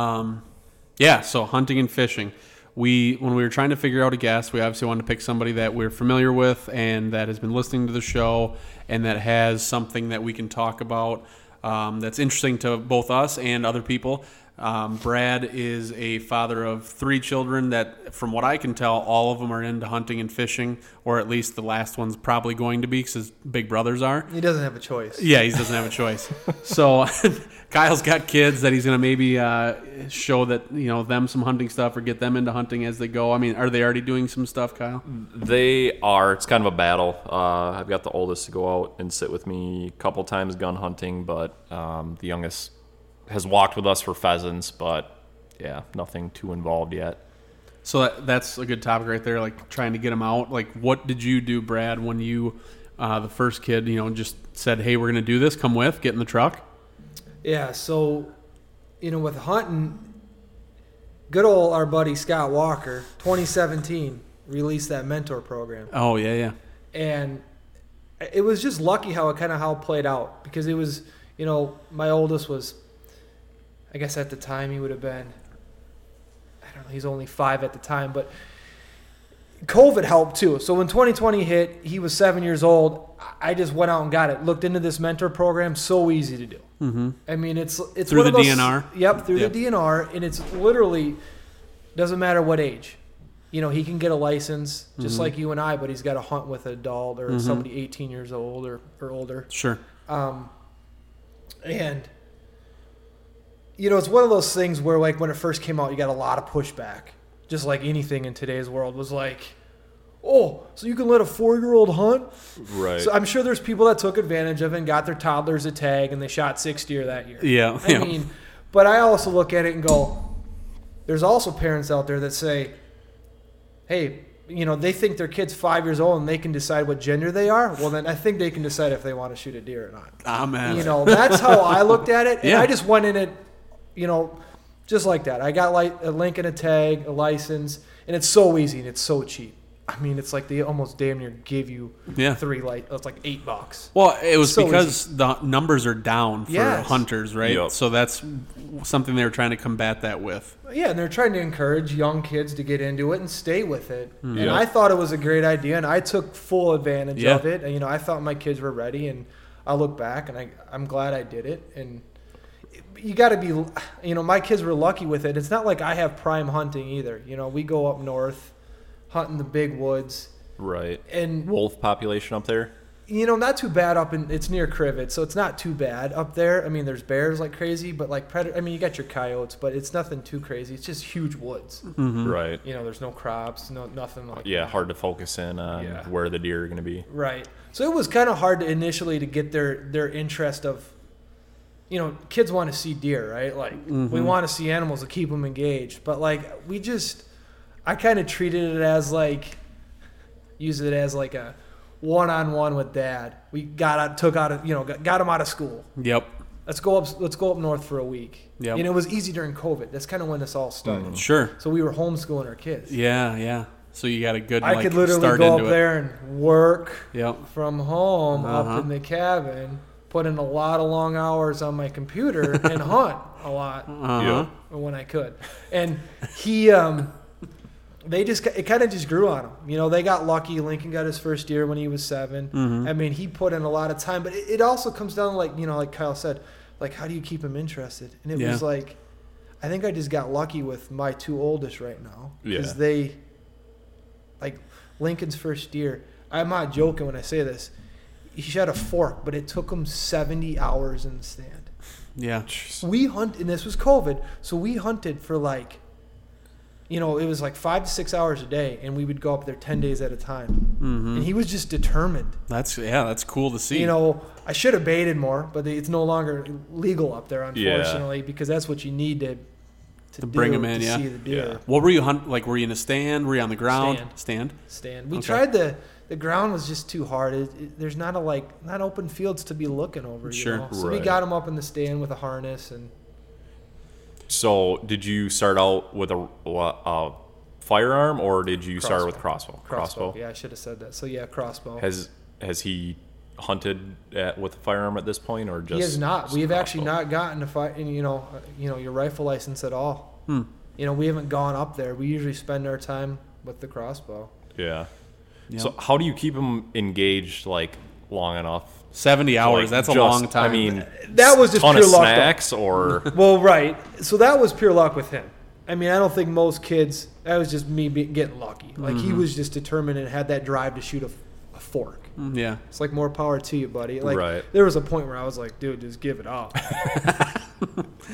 yeah. So hunting and fishing. We when we were trying to figure out a guest, we obviously wanted to pick somebody that we're familiar with and that has been listening to the show and that has something that we can talk about um, that's interesting to both us and other people. Um, Brad is a father of three children that, from what I can tell, all of them are into hunting and fishing, or at least the last one's probably going to be because his big brothers are. He doesn't have a choice. Yeah, he doesn't have a choice. so [laughs] Kyle's got kids that he's going to maybe uh, show that you know them some hunting stuff or get them into hunting as they go. I mean, are they already doing some stuff, Kyle? They are. It's kind of a battle. Uh, I've got the oldest to go out and sit with me a couple times gun hunting, but um, the youngest has walked with us for pheasants, but yeah, nothing too involved yet. So that, that's a good topic right there. Like trying to get them out. Like, what did you do, Brad, when you uh, the first kid? You know, just said, "Hey, we're going to do this. Come with. Get in the truck." Yeah, so you know, with hunting, good old our buddy Scott Walker, 2017, released that mentor program, Oh yeah, yeah. and it was just lucky how it kind of how it played out because it was, you know, my oldest was, I guess at the time he would have been, I don't know, he's only five at the time, but COVID helped too. So when 2020 hit, he was seven years old. I- I just went out and got it. Looked into this mentor program, so easy to do. Mm-hmm. I mean, it's it's Through one the of those- DNR? Yep, through Yep. the DNR, and it's literally doesn't matter what age. You know, he can get a license just Mhm. like you and I, but he's got to hunt with an adult or Mhm. somebody 18 years old or, or older. Sure. Um, and you know, it's one of those things where like when it first came out, you got a lot of pushback. Just like anything in today's world was like, oh, so you can let a four-year-old hunt? Right. So I'm sure there's people that took advantage of it and got their toddlers a tag and they shot 60 or that year. Yeah. I yeah. mean, but I also look at it and go, there's also parents out there that say, hey, you know, they think their kid's five years old and they can decide what gender they are. Well, then I think they can decide if they want to shoot a deer or not. Amen. You know, that's how I looked at it. And Yeah. I just went in it, you know, just like that. I got like a link and a tag, a license, and it's so easy and it's so cheap. I mean, it's like they almost damn near give you Yeah. three light. It's like eight bucks. Well, it was So because the numbers are down for Yes. hunters, right? Yep. So that's something they were trying to combat that with. Yeah, and they're trying to encourage young kids to get into it and stay with it. And Yeah. I thought it was a great idea, and I took full advantage Yeah. of it. And, you know, I thought my kids were ready, and I look back, and I, I'm glad I did it. And you got to be, you know, my kids were lucky with it. It's not like I have prime hunting either. You know, we go up north, hunting the big woods, right. and Wolf population up there. you know, not too bad up in. It's near Crivet, so it's not too bad up there. I mean, there's bears like crazy, but like predator. I mean, you got your coyotes, but it's nothing too crazy. It's just huge woods Right. you know, there's no crops, no nothing like Yeah, that. hard to focus in on Yeah. where the deer are going to be. Right. So it was kind of hard to initially to get their their interest of, you know, kids want to see deer, right? Like we want to see animals to keep them engaged, but like we just, I kind of treated it as like, used it as like a one on one with dad. We got out, took out, of, you know, got, got him out of school. Yep. Let's go up, let's go up north for a week. Yep. Mm-hmm. And it was easy during COVID. That's kind of when this all started. Sure. So we were homeschooling our kids. Yeah, yeah. So you got a good. I like, could literally start go into up it. there and work Yep. from home Uh-huh. up in the cabin, put in a lot of long hours on my computer and [laughs] Mm-hmm. hunt a lot Uh-huh. when I could. And he, um, they just it kind of just grew on him. You know, they got lucky. Lincoln got his first year when he was 7 I mean, he put in a lot of time, but it, it also comes down to like you know, like Kyle said, like how do you keep him interested? And it Yeah. was like, I think I just got lucky with my two oldest right now because Yeah. they, like, Lincoln's first year. I'm not joking when I say this. He shot a fork, but it took him 70 hours in the stand. Yeah. We hunt, and this was COVID, so we hunted for like, you know, it was like five to six hours a day, and we would go up there ten days at a time. And he was just determined. That's yeah. That's cool to see. You know, I should have baited more, but it's no longer legal up there, Yeah. unfortunately, because that's what you need to to, bring do 'em in, to yeah. see the deer Yeah. what were you hunt like? Were you in a stand? Were you on the ground? Stand. Stand. stand. We Okay. tried the the ground was just too hard. It, it- there's not a like not open fields to be looking over. You Sure. know? so we Right. got him up in the stand with a harness and. So, did you start out with a, a firearm, or did you start with crossbow? Crossbow. Yeah, I should have said that. So yeah, crossbow. Has has he hunted at, with a firearm at this point, or just? he has not. just We've actually crossbow? not gotten a fi- any, you know, uh, you know, your rifle license at all. You know, we haven't gone up there. We usually spend our time with the crossbow. Yeah. Yeah. So, how do you keep him engaged like long enough? Seventy hours. Like, that's a just- long time. I mean, That was just ton of pure luck, though. [laughs] snacks, or Well, right. So that was pure luck with him. I mean, I don't think most kids. That was just me be- getting lucky. Like he was just determined and had that drive to shoot a, a fork. yeah. It's like more power to you, buddy. Like Right. there was a point where I was like, dude, just give it up.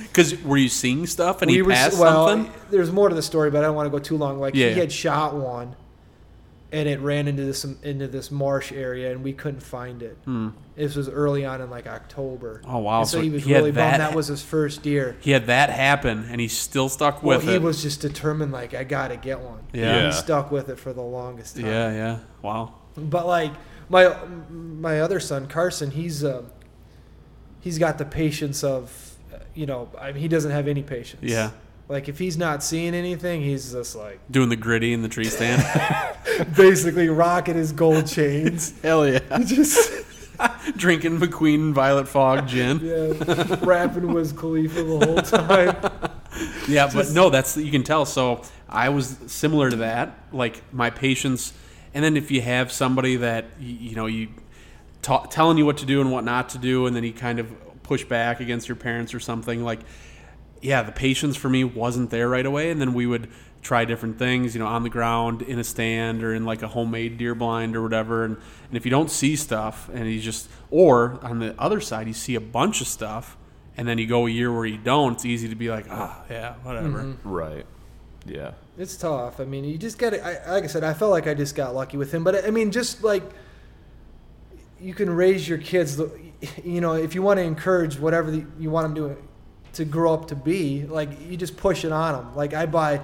Because were you seeing stuff and he were- passed something? There's more to the story, but I don't want to go too long. Like Yeah. he had shot one, and it ran into this into this marsh area, and we couldn't find it. This was early on in like October. Hmm. Oh, wow. And so, So he was he had really that- bummed. That was his first deer. He had that happen and he's still stuck Well, with he it. was just determined. Like I gotta get one. Yeah. And Yeah. he stuck with it for the longest time. yeah. Yeah. Wow. But like my my other son Carson, he's um he's got the patience of uh, you know I mean, he doesn't have any patience. Yeah. Like if he's not seeing anything, he's just like [laughs] Doing the gritty in the tree [laughs] stand. basically rocking his [laughs] gold chains. Hell [laughs] yeah. Just [laughs] Drinking McQueen and Violet Fog [laughs] gin. yeah, rapping Wiz Khalifa the whole time. Yeah, but no, that's you can tell. So I was similar to that. Like my patience, and then if you have somebody that y- you know you ta- telling you what to do and what not to do, and then you kind of push back against your parents or something, like yeah, the patience for me wasn't there right away, and then we would try different things, you know, on the ground, in a stand, or in like a homemade deer blind or whatever. And, and if you don't see stuff, and you just, or on the other side, you see a bunch of stuff, and then you go a year where you don't, it's easy to be like, ah, yeah, whatever. Mm-hmm. right? Yeah. It's tough. I mean, you just got to. I, like I said, I felt like I just got lucky with him. But I mean, just like you can raise your kids, the- you know, if you want to encourage whatever the, you want them to to grow up to be, like you just push it on them. Like I buy.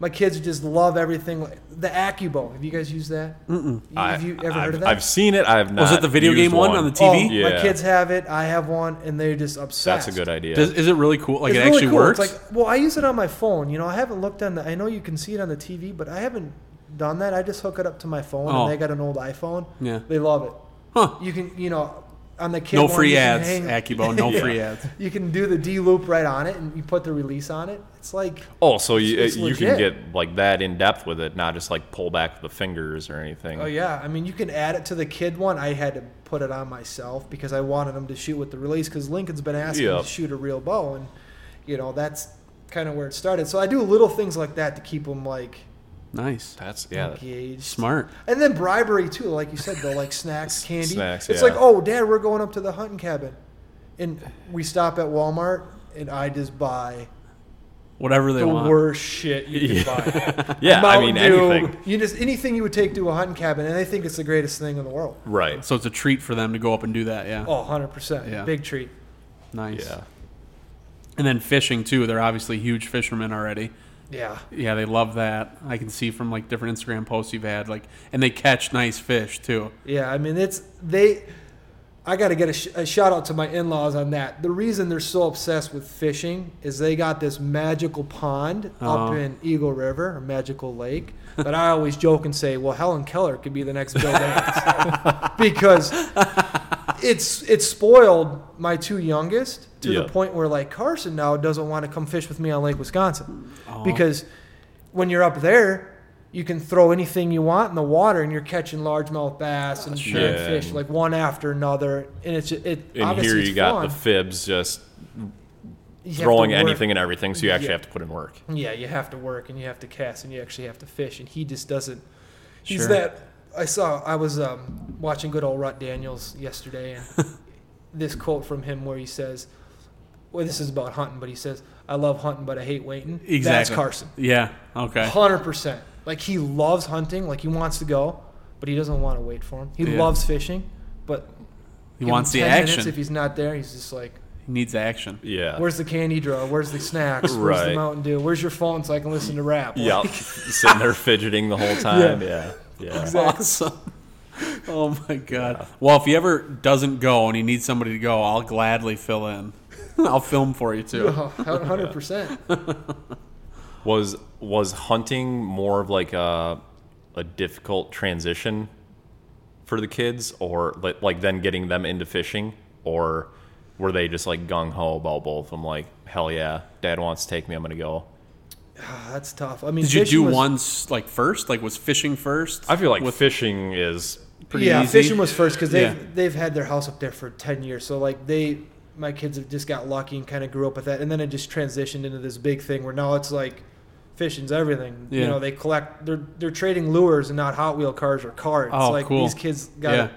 My kids just love everything. like- The AccuBow. Have you guys used that? Mm-mm. Have you ever I've, heard of that? I've seen it. I have not. Was it the video game used one on the Oh, TV? Yeah. My kids have it. I have one, and they're just obsessed. That's a good idea. Does, is it really cool? Like It's it really actually cool. works? It's like, well, I use it on my phone. You know, I haven't looked on the. I know you can see it on the TV, but I haven't done that. I just hook it up to my phone, Oh. and they got an old iPhone. Yeah. they love it. huh. You can, you know, on the kid. No one, free you can ads, hang- [laughs] AccuBone. No free ads. You can do the D loop right on it, and you put the release on it. It's like oh, so you it's you can legit. get like that in depth with it, not just like pull back the fingers or anything. Oh yeah, I mean you can add it to the kid one. I had to put it on myself because I wanted him to shoot with the release because Lincoln's been asking Yeah. to shoot a real bow, and you know that's kind of where it started. So I do little things like that to keep them like Nice. That's yeah. that- engaged, Smart. and then bribery too, like you said, though, like snacks, candy. Snacks, it's yeah. like, oh, Dad, we're going up to the hunting cabin, and we stop at Walmart, and I just buy Whatever they the want. worst shit you can buy. [laughs] Yeah, I mean Mountain Dew, anything. You just anything you would take to a hunting cabin, and they think it's the greatest thing in the world. [laughs] Right. So it's a treat for them to go up and do that. Yeah. Oh, 100%. Yeah. Big treat. nice. Yeah. And then fishing too. They're obviously huge fishermen already. Yeah. Yeah, they love that. I can see from like different Instagram posts you've had, like, and they catch nice fish too. Yeah, I mean it's they. I got to get a, sh- a shout out to my in laws on that. The reason they're so obsessed with fishing is they got this magical pond Oh. up in Eagle River or Magical Lake. But I always joke and say, well, Helen Keller could be the next Bill Gates because it's it's spoiled my two youngest to Yeah. the point where like Carson now doesn't want to come fish with me on Lake Wisconsin because when you're up there, you can throw anything you want in the water, and you're catching largemouth bass and Sure. big Yeah. fish like one after another, and it's it. And obviously here it's you got fun. the fibs just You have to throwing work- anything and everything, so you actually Yeah. have to put in work. Yeah, you have to work and you have to cast and you actually have to fish, and he just doesn't. He's Sure. that. I saw. I was um, watching good old Rut Daniels yesterday, [laughs] and this quote from him where he says, "Well, this is about hunting," but he says, "I love hunting, but I hate waiting." That's Carson, Yeah. Okay. hundred percent. Like he loves hunting, like he wants to go, but he doesn't want to wait for him. He Yeah. loves fishing, but He give him wants the 10 minutes, action. Uh, If he's not there, he's just like, He needs action. Yeah. "Where's the candy draw? Where's the snacks? Where's the Right. Mountain Dew? Where's your phone so I can listen to rap?" Like, Yep. Sitting there fidgeting the whole time. Yeah. Yeah. Awesome. [laughs] Oh my god. Well, if he ever doesn't go and he needs somebody to go, I'll gladly fill in. [laughs] I'll film for you too. [laughs] Oh, [laughs] 100%. Was was hunting more of like a a difficult transition for the kids, or like, like then getting them into fishing, or were they just like gung ho about both? I'm like, hell yeah, dad wants to take me, I'm gonna go. Ah, that's tough. I mean, Did you fishing do was- one s- like first? Like was fishing first? I feel like fishing is pretty yeah, easy? fishing was first because they've, Yeah. they've had their house up there for 10 years. So, like, they, my kids have just got lucky and kind of grew up with that. And then it just transitioned into this big thing where now it's like fishing's everything. Yeah. You know, they collect, they're, they're trading lures and not Hot Wheel cars or cards. Oh, like, cool. these kids got Yeah. a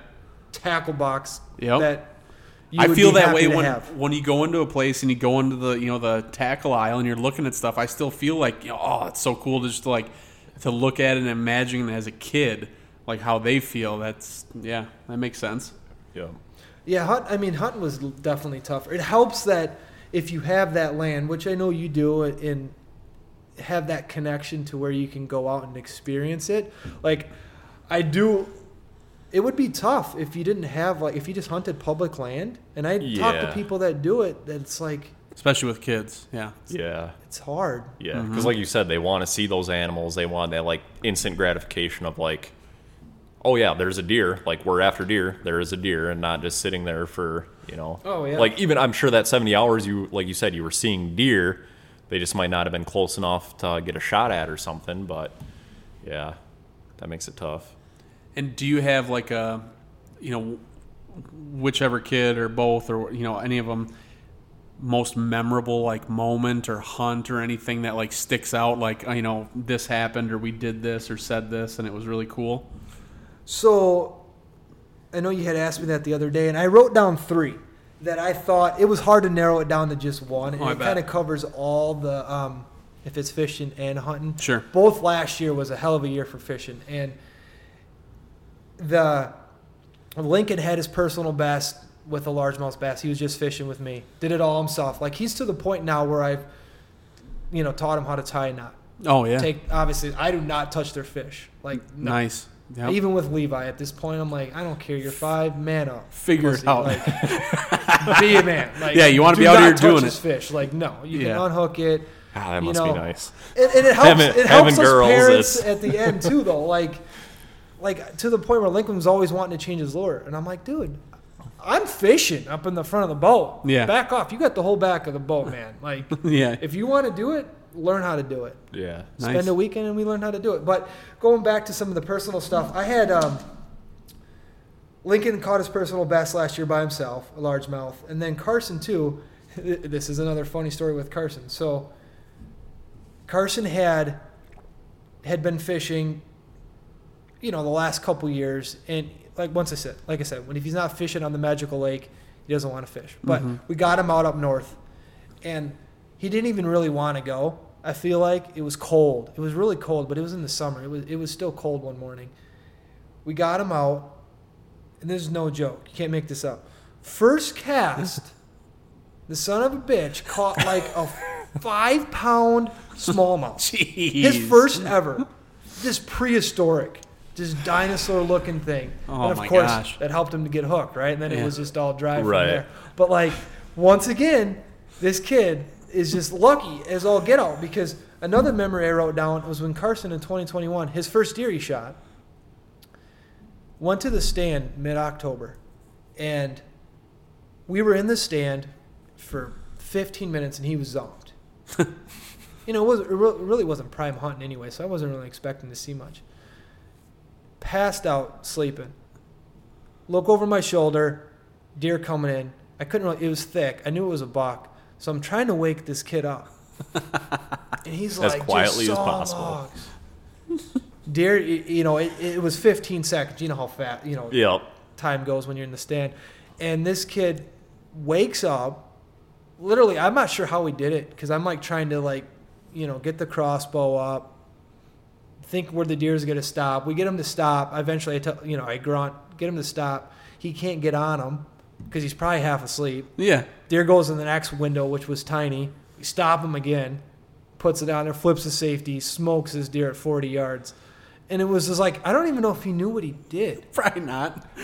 tackle box Yep. that you I would feel be that happy way to when have. when you go into a place and you go into the you know the tackle aisle and you're looking at stuff. I still feel like you know, oh, it's so cool to just like to look at it and imagine as a kid like how they feel. That's yeah, that makes sense. yeah. Yeah, hunt, I mean, hunting was l- definitely tougher. It helps that if you have that land, which I know you do, uh, and have that connection to where you can go out and experience it. Like, I do. It would be tough if you didn't have like if you just hunted public land. And I talk to Yeah. people that do it. That it's like Especially with kids. Yeah. Yeah. it's hard. Yeah, because Mm-hmm. like you said, they want to see those animals. They want that like instant gratification of like, oh yeah, there's a deer. Like we're after deer. There is a deer, and not just sitting there for you know. Oh, yeah. Like even I'm sure that 70 hours you like you said you were seeing deer. They just might not have been close enough to get a shot at or something. But yeah, that makes it tough. And do you have like a, you know, whichever kid or both or you know any of them, most memorable like moment or hunt or anything that like sticks out like you know this happened or we did this or said this and it was really cool. So, I know you had asked me that the other day, and I wrote down three that I thought it was hard to narrow it down to just one, and Oh, I it bet. kind of covers all the um, if it's fishing and hunting. Sure. Both last year was a hell of a year for fishing, and the Lincoln had his personal best with a largemouth bass. He was just fishing with me, did it all himself. Like he's to the point now where I've, you know, taught him how to tie a knot. Oh yeah. Take obviously, I do not touch their fish. Like no. nice. Yep. Even with Levi, at this point, I'm like, I don't care. You're five mana. Figure it out. [laughs] Like, be a man. Like, Yeah, you wanna do be out not here touch doing this it. Fish, like, no, you Yeah. can unhook it. Ah, that You must know, be nice. And, and it helps. Having- it helps having us girls parents is- [laughs] at the end too, though. Like, like to the point where Lincoln was always wanting to change his lure, and I'm like, dude, I'm fishing up in the front of the boat. Yeah. back off. You got the whole back of the boat, man. [laughs] Like, yeah. if you want to do it, learn how to do it Yeah. Nice. spend a weekend and we learned how to do it. But going back to some of the personal stuff, I had um, Lincoln caught his personal best last year by himself, a largemouth, and then Carson too. [laughs] This is another funny story with Carson. So Carson had had been fishing, you know, the last couple years, and like once I said, like I said, when if he's not fishing on the magical lake, he doesn't want to fish. But we got him out up north, and he didn't even really want to go. I feel like it was cold. It was really cold, but it was in the summer. It was it was still cold one morning. We got him out, and this is no joke. You can't make this up. First cast, the son of a bitch caught like a five pound smallmouth. Jeez. His first ever. This prehistoric, this dinosaur looking thing. Oh and of my course, gosh. that helped him to get hooked, right? And then Yeah. it was just all dry Right. from there. But like, once again, this kid is just lucky as all get out because another memory I wrote down was when Carson in 2021, his first deer he shot, went to the stand mid October and we were in the stand for 15 minutes and he was zonked. you know, it, was, it re- really wasn't prime hunting anyway, so I wasn't really expecting to see much. Passed out sleeping. Look over my shoulder, deer coming in. I couldn't really. It was thick. I knew it was a buck, so I'm trying to wake this kid [laughs] up, and he's As like, quietly "Just as saw possible." logs." Deer, y- you know, it, it was 15 seconds. You know how fast, you know, Yep. time goes when you're in the stand. And this kid wakes up. Literally, I'm not sure how he did it because I'm like trying to like, you know, get the crossbow up, think where the deer's gonna stop. We get him to stop. Eventually, I tell you know I grunt, get him to stop. He can't get on him because he's probably half asleep. Yeah. Deer goes in the next window, which was tiny. We stop him again, puts it on there, flips the safety, smokes his deer at 40 yards. And it was just like I don't even know if he knew what he did. Probably not. [laughs]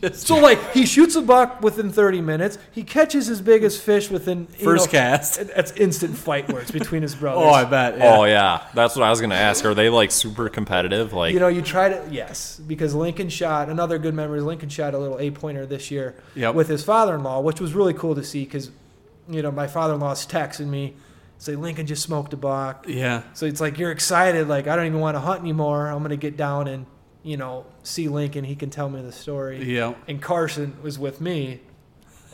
Just So like he shoots a buck within 30 minutes. He catches his biggest fish within you First know, cast. and That's instant fight words [laughs] between his brothers. oh, I bet. Yeah. Oh yeah, that's what I was gonna ask. Are they like super competitive? Like You know, you try to yes, because Lincoln shot another good memory. is Lincoln shot a little eight pointer this year Yep. with his father-in-law, which was really cool to see because, you know, my father-in-law's texting me, say Lincoln just smoked a buck. yeah. So it's like you're excited, like I don't even want to hunt anymore. I'm gonna get down and you know see Lincoln. He can tell me the story. Yeah. And Carson was with me.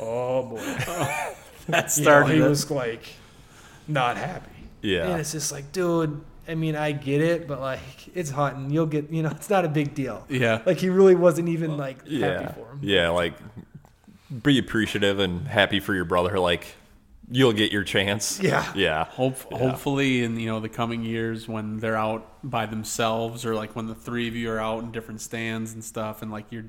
Oh boy. That you know, started. he it. was like not happy. Yeah. And it's just like, dude, I mean, I get it, but like, it's hunting. You'll get, you know, [laughs] it's not a big deal. yeah. Like, he really wasn't even like happy yeah, for him. yeah, like be appreciative and happy for your brother. Like you'll get your chance. Yeah. yeah. Hope, Hopefully, in you know the coming years, when they're out by themselves, or like when the three of you are out in different stands and stuff, and like you're,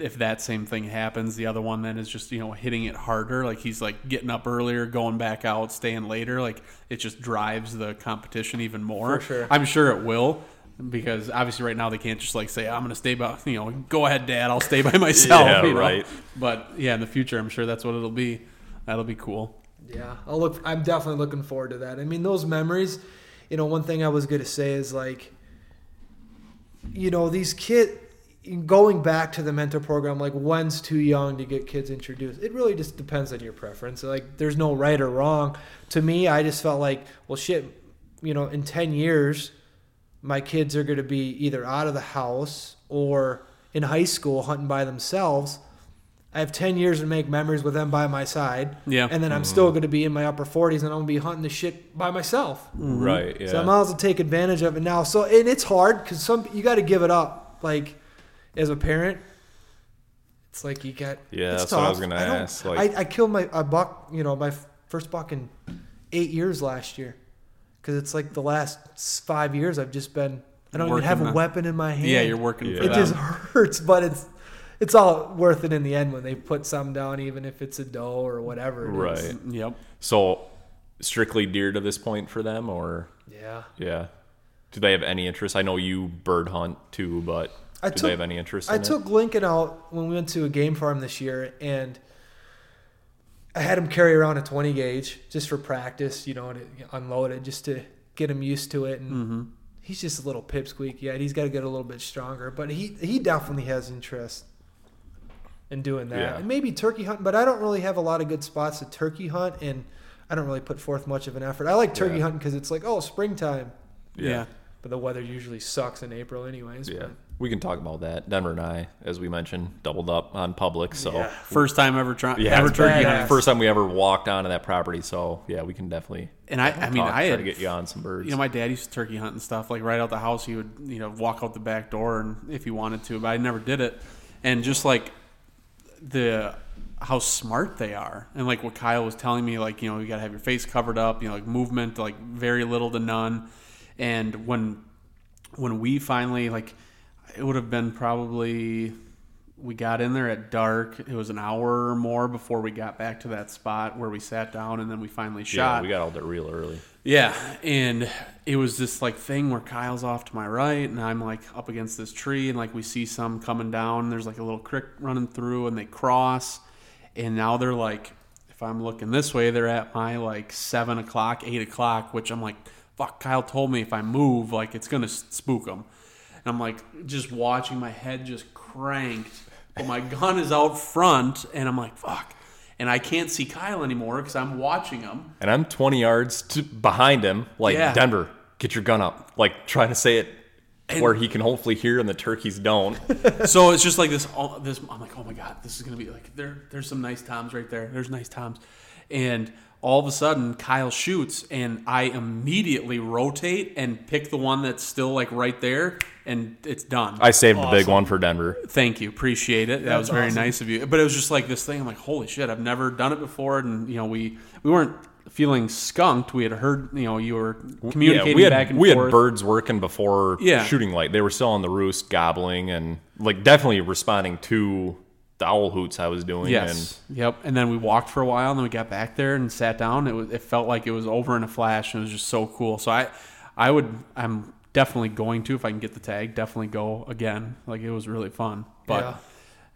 if that same thing happens, the other one then is just you know hitting it harder. Like he's like getting up earlier, going back out, staying later. Like it just drives the competition even more. For sure. I'm sure it will. Because obviously, right now they can't just like say, "I'm going to stay by," you know, "Go ahead, Dad, I'll stay by myself." Yeah, you know? right. But yeah, in the future, I'm sure that's what it'll be. That'll be cool. Yeah, I'll look. I'm definitely looking forward to that. I mean, those memories. You know, one thing I was gonna say is like, you know, these kids. Going back to the mentor program, like when's too young to get kids introduced? It really just depends on your preference. Like, there's no right or wrong. To me, I just felt like, well, shit. You know, in ten years, my kids are gonna be either out of the house or in high school hunting by themselves. I have 10 years to make memories with them by my side. Yeah. And then I'm still going to be in my upper 40s and I'm going to be hunting the shit by myself. Mm-hmm. Right. Yeah. So I might as well take advantage of it now. So, and it's hard because some, you got to give it up. Like, as a parent, it's like you got. Yeah, it's that's what I tough. was gonna don't- ask, like- I, I killed my a buck, you know, my f- first buck in eight years last year. Because it's like the last s- five years I've just been. I don't even Working have a the- weapon in my hand. Yeah, you're working Yeah. for It them. just hurts, but it's it's all worth it in the end when they put some down, even if it's a doe or whatever. it is. right. Yep. So strictly deer to this point for them, or Yeah. yeah. Do they have any interest? I know you bird hunt too, but I do took- they have any interest? I in it? took Lincoln out when we went to a game farm this year, and I had him carry around a 20 gauge just for practice, you know, to unload it, just to get him used to it. And Mm-hmm. he's just a little pipsqueak yet. He's got to get a little bit stronger, but he he definitely has interest in doing that, Yeah. and maybe turkey hunting. But I don't really have a lot of good spots to turkey hunt, and I don't really put forth much of an effort. I like turkey Yeah. hunting because it's like oh springtime, Yeah. but the weather usually sucks in April anyways. Yeah. but- We can talk about that. Denver and I, as we mentioned, doubled up on public. So Yeah. First time ever trying. Yeah, ever it's turkey badass. hunting. first time we ever walked onto that property. So yeah, we can definitely. And I, I mean, talk, I try had to get you on some birds. You know, my dad used to turkey hunt and stuff. Like right out the house, he would you know walk out the back door and if he wanted to, but I never did it. And just like the how smart they are, and like what Kyle was telling me, like you know you got to have your face covered up, you know like movement, like very little to none. And when when we finally like, it would have been probably we got in there at dark. It was an hour or more before we got back to that spot where we sat down, and then we finally shot. Yeah, we got all there real early. Yeah, and it was this like thing where Kyle's off to my right, and I'm like up against this tree, and like we see some coming down. There's like a little creek running through, and they cross, and now they're like, if I'm looking this way, they're at my like seven o'clock, eight o'clock, which I'm like, fuck. Kyle told me if I move, like it's gonna s- spook them, and I'm like just watching my head just cranked, but my gun is out front, and I'm like, fuck. and I can't see Kyle anymore because I'm watching him. And I'm 20 yards to behind him, like Yeah. Denver, get your gun up. Like trying to say it where he can hopefully hear and the turkeys don't. so it's just like this. All this, I'm like, oh my god, this is gonna be like there. There's some nice toms right there. There's nice toms, and all of a sudden Kyle shoots, and I immediately rotate and pick the one that's still like right there, and it's done. I saved the big one for Denver. Thank you, appreciate it. That was very awesome. nice of you. But it was just like this thing. I'm like, holy shit, I've never done it before, and you know, we we weren't feeling skunked. We had heard, you know, you were communicating yeah, we had, back and we forth. had birds working before Yeah. shooting light. They were still on the roost, gobbling and like definitely responding to the owl hoots I was doing. Yes. yep. And then we walked for a while, and then we got back there and sat down. It was it felt like it was over in a flash, and it was just so cool. So I, I would I'm definitely going to if I can get the tag. Definitely go again. Like it was really fun. But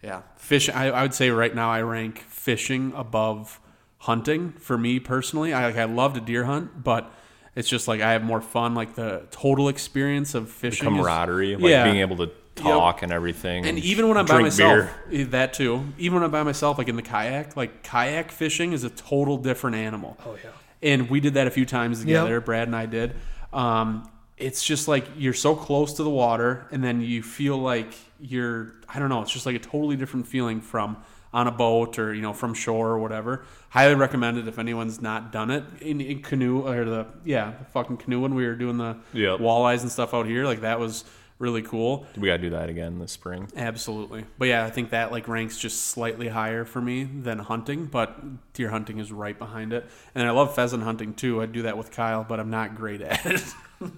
yeah, Yeah. fishing. I, I would say right now I rank fishing above hunting for me personally. I like I love to deer hunt, but. It's just like I have more fun, like the total experience of fishing, And is- camaraderie, like Yeah. being able to talk and everything. And even when I'm by drink myself, beer. eh, that too. Even when I'm by myself, like in the kayak, like kayak fishing is a total different animal. Oh yeah. And we did that a few times together. Brad and I did. Um, it's just like you're so close to the water, and then you feel like you're. I don't know. It's just like a totally different feeling from on a boat or you know from shore or whatever. Highly recommended if anyone's not done it in, in canoe or the yeah the fucking canoe when we were doing the Yep. walleyes and stuff out here. Like that was really cool. we gotta do that again this spring. Absolutely. But yeah, I think that like ranks just slightly higher for me than hunting, but deer hunting is right behind it. And I love pheasant hunting too. I do that with Kyle, but I'm not great at it. [laughs]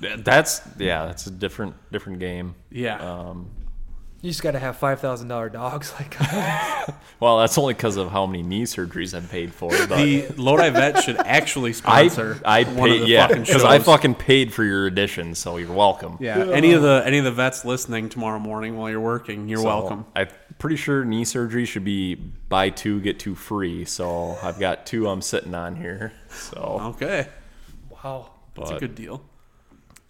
That's yeah, that's a different different game. yeah. Um, You just gotta have five thousand dollar dogs. [laughs] Like, well, that's only because of how many knee surgeries I've paid for. But the Lodi Vet should actually [laughs] I sponsor I one of paid the yeah fucking because I shows. fucking paid for your edition, so you're welcome. yeah. Any of the any of the vets listening tomorrow morning while you're working, you're So, welcome. I'm pretty sure knee surgery should be buy two get two free. So I've got two I'm sitting on here. So Okay, wow. that's a But- good deal.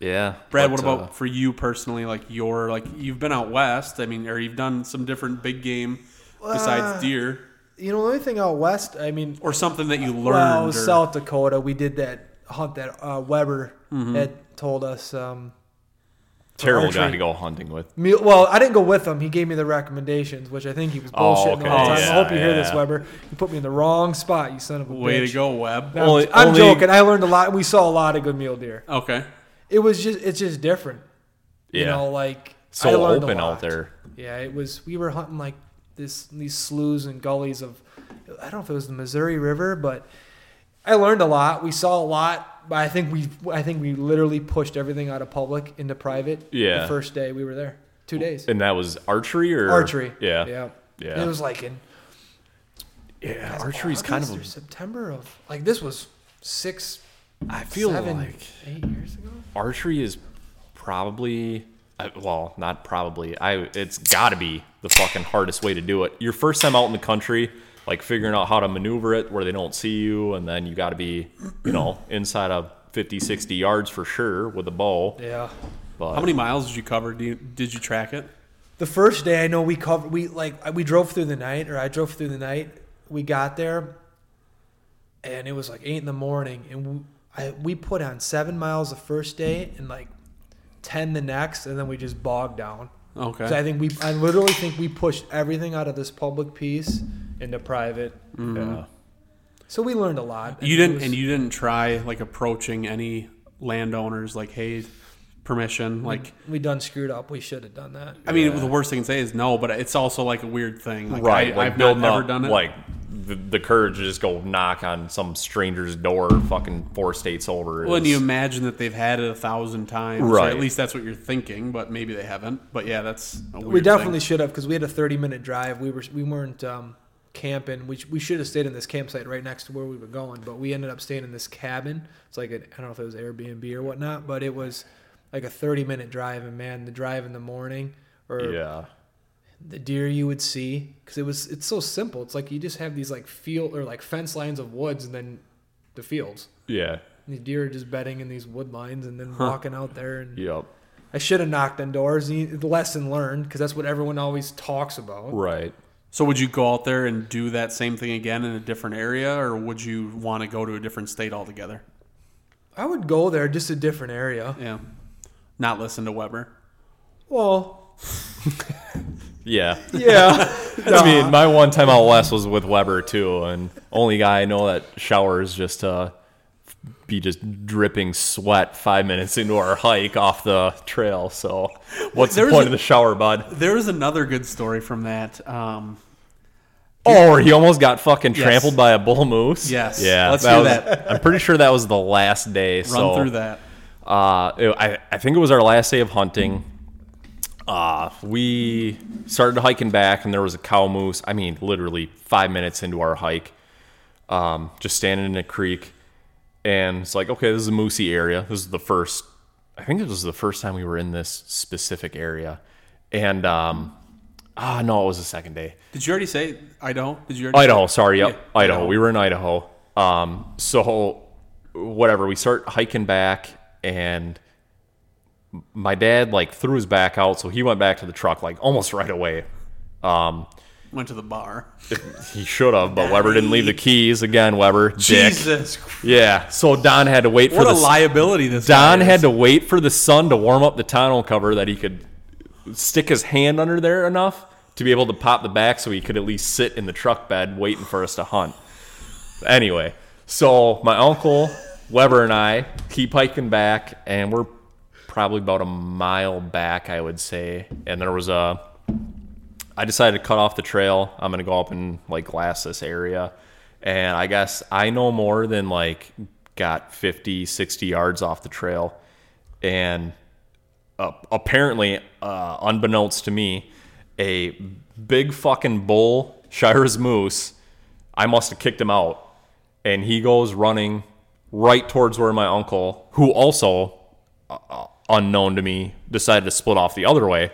yeah, Brad, but, what about uh, for you personally? Like your like you've been out west. I mean, or you've done some different big game besides deer. You know, the only thing out west, I mean, or something that you learned. well, or- South Dakota, we did that hunt that uh, Weber Mm-hmm. had told us. Um, terrible guy archery? to go hunting with? me, well, I didn't go with him. He gave me the recommendations, which I think he was Oh, bullshitting okay. the whole time. Yeah, I hope you hear this, yeah. Weber. You put me in the wrong spot, you son of a bitch. Way to go, Webb. I'm, Only- I'm only- joking. I learned a lot. We saw a lot of good mule deer. Okay. It was just, it's just different. Yeah, You know, like I so learned a open out lot. there. Yeah, it was. We were hunting like this these sloughs and gullies of, I don't know if it was the Missouri River, but I learned a lot. We saw a lot, but I think we I think we literally pushed everything out of public into private. Yeah. The first day we were there, two days. And that was archery or Archery. Yeah, Yeah. Yeah. It was like in yeah. Archery's kind of August a or September of like this was six, I feel seven, like eight years ago. archery is probably I- well, not probably. I it's got to be the fucking hardest way to do it. Your first time out in the country, like figuring out how to maneuver it where they don't see you and then you got to be, you know, [clears throat] inside of 50 60 yards for sure with a bow. Yeah. But How many miles did you cover? Do you, did you track it? The first day, I know we covered. We like we drove through the night, or I drove through the night. We got there, and it was like eight in the morning, and we, I, we put on seven miles the first day, and like ten the next, and then we just bogged down. Okay. So I think we, I literally think we pushed everything out of this public piece into private. yeah. So we learned a lot. Mm-hmm. you didn't, and you didn't try like approaching any landowners, like, hey, permission. Like, we done screwed up. We should have done that. I mean, the worst thing to say is no, but it's also like a weird thing. Like, right, I, like I've not, building never up, done it. like the, the courage to just go knock on some stranger's door fucking four states over. Well, and is- you imagine that they've had it a thousand times, or Right. at least that's what you're thinking, but maybe they haven't. But yeah, that's a weird we definitely thing. should have because we had a 30 minute drive. We were we weren't um, camping. We, sh- we should have stayed in this campsite right next to where we were going, but we ended up staying in this cabin. It's like an, I don't know if it was Airbnb or whatnot, but it was like a 30 minute drive. And man, the drive in the morning or yeah. the deer you would see because it was it's so simple. It's like you just have these like field or like fence lines of woods and then the fields. Yeah. And the deer are just bedding in these wood lines and then walking out there and Yep. e, I should have knocked on doors. The lesson learned because that's what everyone always talks about Right. So would you go out there and do that same thing again in a different area, or would you want to go to a different state altogether? I would go there, just a different area. Yeah, not listen to Weber. Well, Yeah. yeah. [laughs] I mean, my one time out west was with Weber too, and only guy I know that showers just uh be just dripping sweat five minutes into our hike off the trail. So, what's There the was point a- of the shower, bud? There was another good story from that. Um, Oh, he almost got fucking Yes. trampled by a bull moose. Yes. yeah. Let's do was, that. I'm pretty sure that was the last day. run so through that. uh, it- I, I think it was our last day of hunting. Uh, we started hiking back, and there was a cow moose. I mean, literally five minutes into our hike, um, just standing in a creek, and it's like, okay, this is a moosey area. This is the first. I think it was the first time we were in this specific area, and um, ah, no, it was the second day. Did you already say Idaho? Did you already Idaho, sorry, yep, Yeah, Idaho. Idaho. We were in Idaho. Um, so whatever, we start hiking back, and my dad like threw his back out, so he went back to the truck like almost right away. Um, went to the bar? he should have, but Weber didn't leave the keys again. Weber, dick. Jesus, Christ. yeah. So Don had to wait for what the a s- liability this Don guy had is. to wait for the sun to warm up the tonneau cover that he could stick his hand under there enough to be able to pop the back so he could at least sit in the truck bed waiting for us to hunt. Anyway, so my uncle, Weber, and I keep hiking back, and we're probably about a mile back, I would say. And there was a. I decided to cut off the trail. I'm going to go up and like glass this area. And I guess I know more than like got 50, 60 yards off the trail. And uh, apparently, uh, unbeknownst to me, a big fucking bull, Shire's moose, I must have kicked him out. And he goes running right towards where my uncle, who also, uh, unknown to me, decided to split off the other way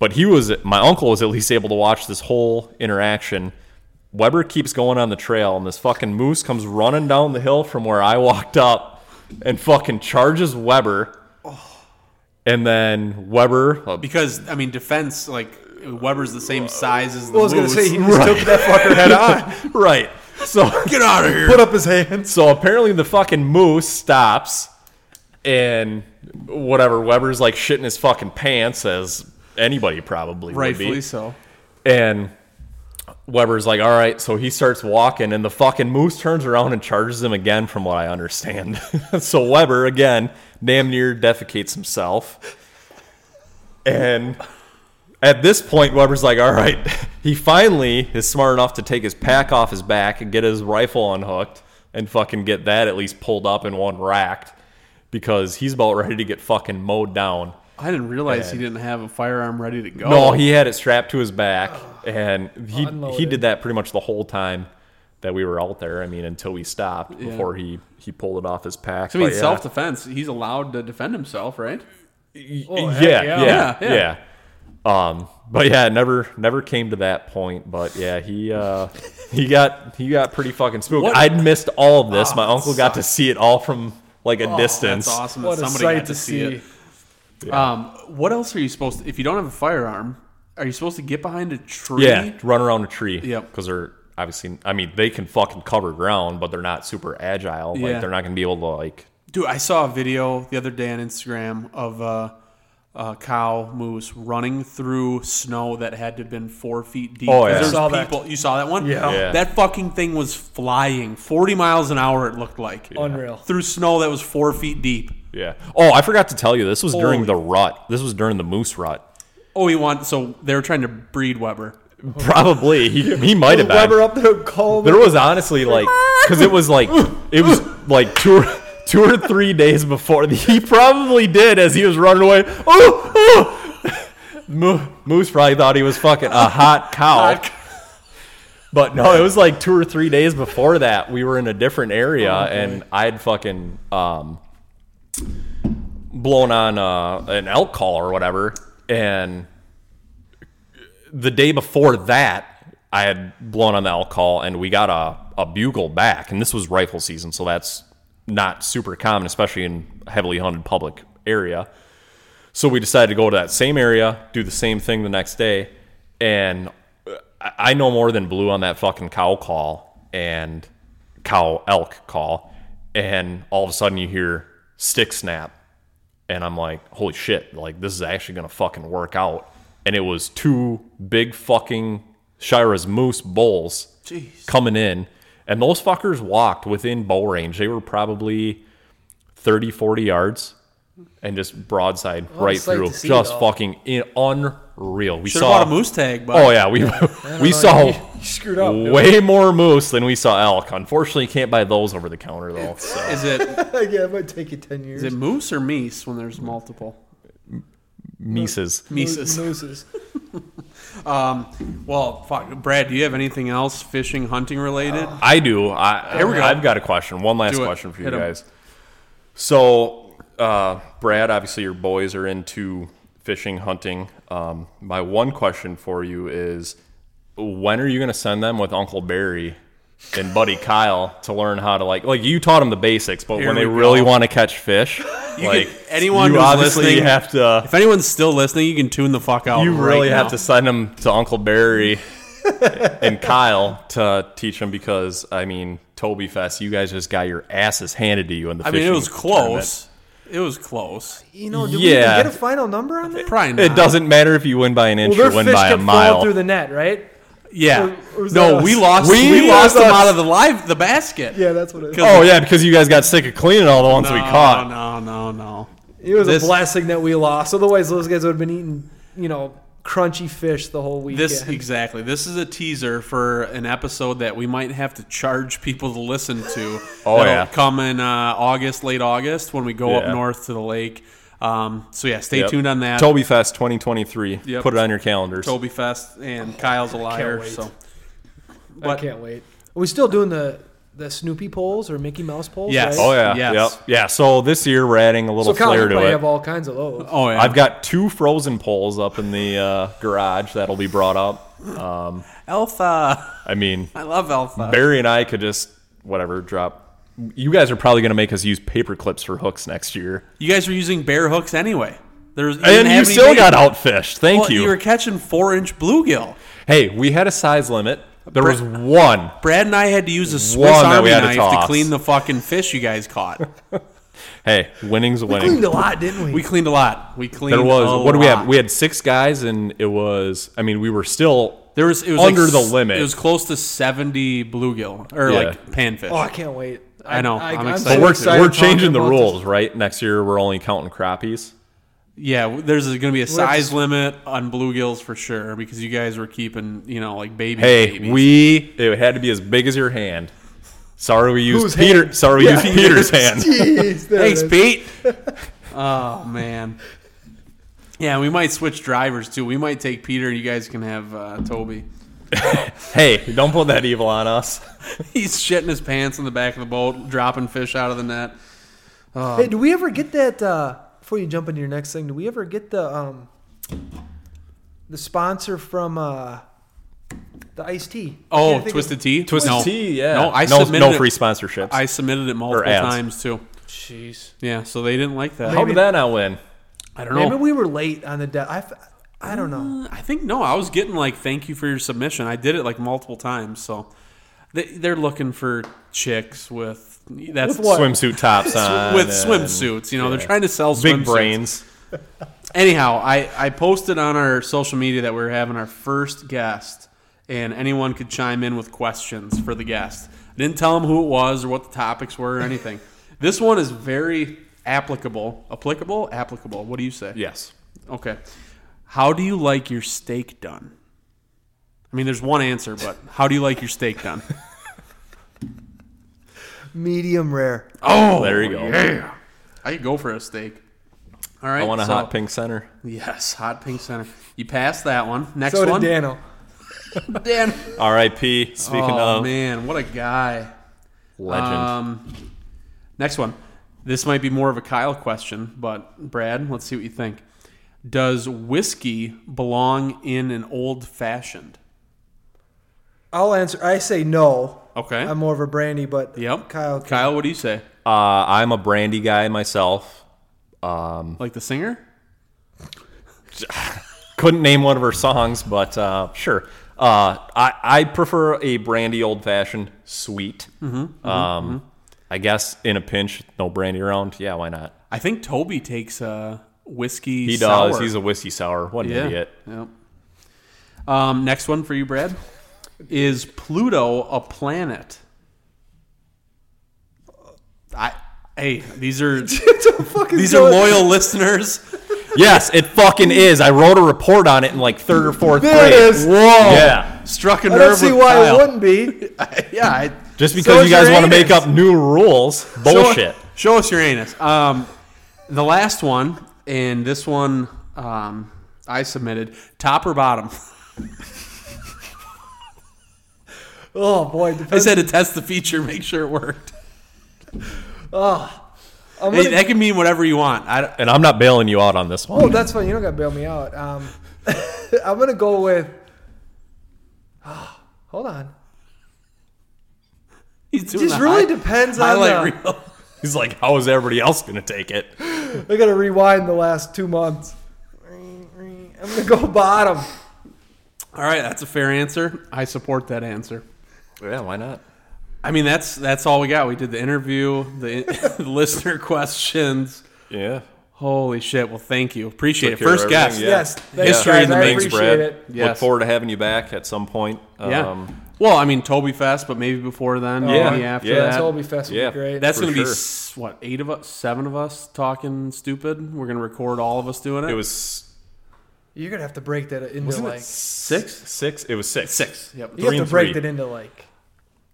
but he was my uncle was at least able to watch this whole interaction. Weber keeps going on the trail, and this fucking moose comes running down the hill from where I walked up, and fucking charges Weber. And then Weber, uh, because I mean defense like Weber's the same size as the I was gonna moose. say he just took that [laughs] fucker head on, [laughs] right? So Get out of here. put up his hands. so apparently the fucking moose stops, and whatever Weber's like shitting his fucking pants as anybody probably would Rightfully be. so. And Weber's like, all right. So he starts walking, and the fucking moose turns around and charges him again, from what I understand. [laughs] so Weber, again, damn near defecates himself. And at this point, Weber's like, all right. [laughs] He finally is smart enough to take his pack off his back and get his rifle unhooked and fucking get that at least pulled up in one racked because he's about ready to get fucking mowed down. I didn't realize he didn't have a firearm ready to go. No, he had it strapped to [sighs] his back, and he he Unloaded. did that pretty much the whole time that we were out there. I mean, until we stopped before he he pulled it off his pack. I mean, But Oh, yeah. self defense. He's allowed to defend himself, right? Oh, yeah, heck yeah, yeah. yeah, Yeah, yeah. Um, but yeah, it never never came to that point. But yeah, he uh, he got he got pretty fucking spooked. What- Ah, I'd missed all of this. My uncle got to see it all from like a distance. Oh, That's awesome. What that a somebody sight got to see it. Um, what else are you supposed to? If you don't have a firearm, are you supposed to get behind a tree? Yeah, run around a tree. Yep. Because they're obviously, I mean, they can fucking cover ground, but they're not super agile. Yeah. Like they're not gonna be able to like. Dude, I saw a video the other day on Instagram of a, a cow moose running through snow that had to have been four feet deep. Oh, 'Cause yeah. there's Saw that. people. You saw that one? Yeah. Yeah. That fucking thing was flying 40 miles an hour, it looked like. Unreal. Through snow that was four feet deep. Yeah. Oh, I forgot to tell you. This was Holy- during the rut. This was during the moose rut. [laughs] Oh, he want so they were trying to breed Weber. Probably he, he might have Weber been. up there, call There was honestly like [laughs] because it was like it was like two. or- Two or three days before the, he probably did as he was running away. Oh, oh. Mo- Moose probably thought he was fucking a hot cow. But no, it was like two or three days before that. We were in a different area, and I'd fucking um, blown on uh, an elk call or whatever. And the day before that, I had blown on the elk call, and we got a, a bugle back. And this was rifle season, so that's not super common, especially in heavily hunted public area. So we decided to go to that same area, do the same thing the next day, and uh, I I know more than blue on that fucking cow call and cow elk call, and all of a sudden you hear stick snap, and I'm like, holy shit! Like this is actually gonna fucking work out. And it was two big fucking Shira's moose bulls Jeez. coming in, and those fuckers walked within bow range. They were probably 30, 40 yards. And just broadside right it's like through, to see, just though. fucking in, unreal. We Should have saw bought a moose tag, but Oh yeah, we [laughs] we saw you, [laughs] you screwed up. dude. [laughs] way more moose than we saw elk. Unfortunately, you can't buy those over the counter though. So. is it yeah, it might take you ten years. is it moose or meese when there's multiple? Mises. Mises. Mooses. Um, well, fuck, Brad, do you have anything else fishing, hunting related? I do. I, Here we go. I've got a question. One last Do it. question for you Hit 'em. guys. So, uh, Brad, obviously your boys are into fishing, hunting. Um, my one question for you is, when are you going to send them with Uncle Barry and Buddy Kyle to learn how to like like you taught them the basics, but Here when they we really go. want to catch fish, [laughs] You like could- anyone you who's obviously listening- have to If anyone's still listening, you can tune the fuck out. You right really have now. to send them to Uncle [laughs] Barry and Kyle to teach them because I mean Toby Fest, you guys just got your asses handed to you in the. I mean, it fishing was close. It was close. You know, did Yeah. we even get a final number on that? Probably tournament. not. It doesn't matter if you win by an inch Well, their or win fish by a kept mile. falling through the net, right? Yeah. Or- or was no, that we us? lost. We, We- lost that's them us. out of the live the basket. Yeah, that's what it. 'Cause- Was. oh yeah, because you guys got sick of cleaning all the ones No, we caught. no, no, no. It was this- a blessing that we lost. Otherwise, those guys would have been eating, you know, crunchy fish the whole weekend. This exactly. This is a teaser for an episode that we might have to charge people to listen to. [laughs] Oh, That'll yeah. come in uh, August, late August, when we go up Yeah. north to the lake. Um, so yeah, stay Yep. tuned on that. Toby Fest 2023. Yep. Put it on your calendars. Toby Fest and Kyle's a liar. wait. So I can't wait. Are we still doing the the Snoopy polls or Mickey Mouse polls? Yes. right? Oh yeah. Yes. Yep. Yeah. So this year we're adding a So little Kyle, you flair to probably it. have all kinds of those. oh yeah, I've got two frozen poles up in the uh, garage that'll be brought up. Um, Alpha. I mean, I love Alpha. Barry and I could just whatever drop. You guys are probably going to make us use paper clips for hooks next year, You guys were using bear hooks anyway. There's you didn't and you have any still bait. got outfished. Thank Well, you. were catching four inch bluegill. hey, we had a size limit. There was one. Brad and I had to use a Swiss One that Army we had to knife to toss. clean the fucking fish you guys caught. Hey, winning's a We cleaned winning. a lot, didn't we? We cleaned a lot. We cleaned. There a was what do we lot. have? We had six guys, and it was. I mean, we were still there was it was under like the s- limit. It was close to seventy bluegill or Yeah. like panfish. oh, I can't wait. I know, I'm excited. so But we're, excited we're talking changing the about this. rules, right? Next year, we're only counting crappies. yeah, w- there's going to be a have to size limit on bluegills for sure because you guys were keeping you know like baby. Hey, babies. we it had to be as big as your hand. Sorry, we used Whose Peter. hand? Sorry, we used Peter's hand. [laughs] Jeez, there it Thanks, is. Pete. [laughs] oh man. Yeah, we might switch drivers too. We might take Peter. You guys can have uh, Toby. [laughs] Hey, don't put that evil on us. He's shitting his pants in the back of the boat, dropping fish out of the net. Hey, do we ever get that? Uh, before you jump into your next thing, do we ever get the um, the sponsor from uh, the iced tea? I Oh, can't think of- Twisted Tea. Twisted No. Tea, yeah. No, I no, submitted no it- free sponsorships. I submitted it multiple ads. times too. Jeez. Yeah, so they didn't like that. How did that not win? I don't Maybe know. we were late on the debt. I, f- I don't know. I think no. I was getting like thank you for your submission. I did it like multiple times. So they, they're looking for chicks with that's With what? Swimsuit tops on with and swimsuits. You know, they're trying to sell Big swimsuits. brains. Anyhow, I, I posted on our social media that we were having our first guest, and anyone could chime in with questions for the guest. I didn't tell them who it was or what the topics were or anything. this one is very applicable. Applicable? Applicable. What do you say? Yes. Okay. How do you like your steak done? I mean, there's one answer, but how do you like your steak [laughs] done? Medium rare. Oh, There you go. Yeah. I could go for a steak. All right. I want a so- hot pink center. Yes, hot pink center. You passed that one. Next So one. did Dano. Dan. R.I.P. Speaking Oh of man, what a guy. legend. Um, next one. This might be more of a Kyle question, but Brad, let's see what you think. Does whiskey belong in an old fashioned? I'll answer. I say no. Okay. I'm more of a brandy, but yep. Kyle. Kyle, what do you say? uh, I'm a brandy guy myself. Um, Like the singer? couldn't name one of her songs, but uh, sure. Uh, I, I prefer a brandy old fashioned sweet. um, I guess in a pinch, no brandy around. Yeah, why not? I think Toby takes a whiskey. He sour. does. He's a whiskey sour. What an yeah. idiot. Yep. Um, next one for you, Brad. Is Pluto a planet? Uh, I hey, these [laughs] are these are loyal listeners. yes, it fucking is. I wrote a report on it in like third or fourth There it grade. is. Whoa! Yeah. struck a I nerve. don't see with why Kyle. it [laughs] wouldn't be. yeah, I, Just Show because us you guys your want to make anus. up new rules, bullshit. Show, show us your anus. Um, the last one and this one um, I submitted top or bottom. [laughs] Oh boy, I depends. said to test the feature, make sure it worked. oh, I'm Hey, gonna- that can mean whatever you want. I, And I'm not bailing you out on this one. oh, that's fine. You don't got to bail me out. Um, [laughs] I'm gonna go with. ah, hold on. he's doing Just the really high- depends on highlight the- reel. [laughs] He's like, how is everybody else going to take it? I gotta rewind the last two months. I'm gonna go bottom. All right, that's a fair answer. I support that answer. Yeah, why not? I mean, that's that's all we got. We did the interview, the, [laughs] the listener questions. Yeah. Holy shit! Well, thank you. Appreciate Took it. care of First everything, guest. yeah. Yes, thanks, History guys. in the I making, Thanks, appreciate Brad. it. Yes. Look forward to having you back at some point. Yeah. Um, well, I mean, Toby Fest, but maybe before then, Yeah, maybe after yeah. that. Oh, Toby Fest would Yeah. be great. That's For going to be sure. s- what eight of us, seven of us talking stupid. We're going to record all of us doing it. it was You're gonna have to break that into wasn't it like. six? Six? It was six. six. Yep. You three have and to break three. that into like.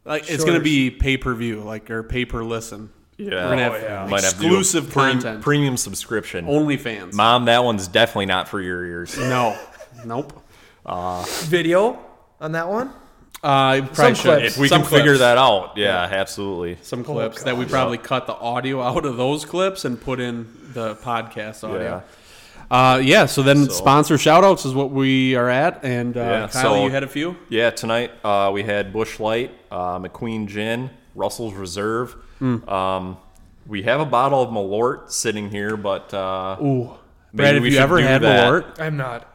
Like it's Shorter. going to be pay per view, like or pay per listen. Yeah. We're going to Oh, have yeah. exclusive do a pre- content. Premium subscription. Only fans. Mom, that one's definitely not for your ears. no. Nope. video on that one. Uh, you probably Some should. clips. If we Some can figure clips. that out. Yeah, absolutely. some clips that we probably cut the audio out of those clips and put in the podcast audio. Uh, yeah, so then sponsor shout outs is what we are at. And uh, Yeah, Kyle, so- you had a few? Yeah, tonight uh, we had Bush Light, uh, McQueen Gin, Russell's Reserve. Hmm. Um, we have a bottle of Malort sitting here, but uh, Ooh. Maybe Brad, have we you should ever do had that. Malort? I'm not.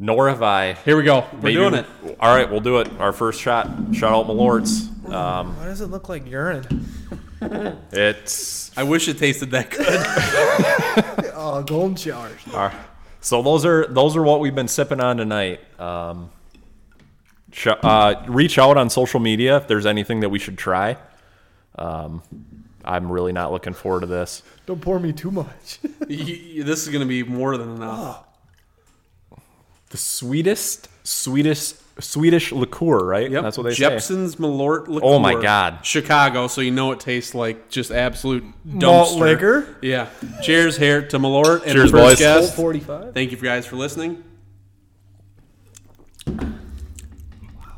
nor have I. Here we go. We're Maybe- doing it. All right, we'll do it. Our first shot. Shout out Malort's. Um, Why does it look like urine? it's I wish it tasted that good. [laughs] Oh, golden shower. all right. so those are those are what we've been sipping on tonight. Um, sh- uh, reach out on social media if there's anything that we should try. Um, I'm really not looking forward to this. Don't pour me too much. Y- y- this is going to be more than Oh. enough. the sweetest, sweetest Swedish liqueur, right? Yep. That's what they say. Jepson's Malort liqueur. Oh my God. Chicago, so you know it tastes like just absolute dumpster. Malt liquor? Yeah. Cheers here to Malort and Cheers, the first boys. guest. 45. Thank you for guys for listening.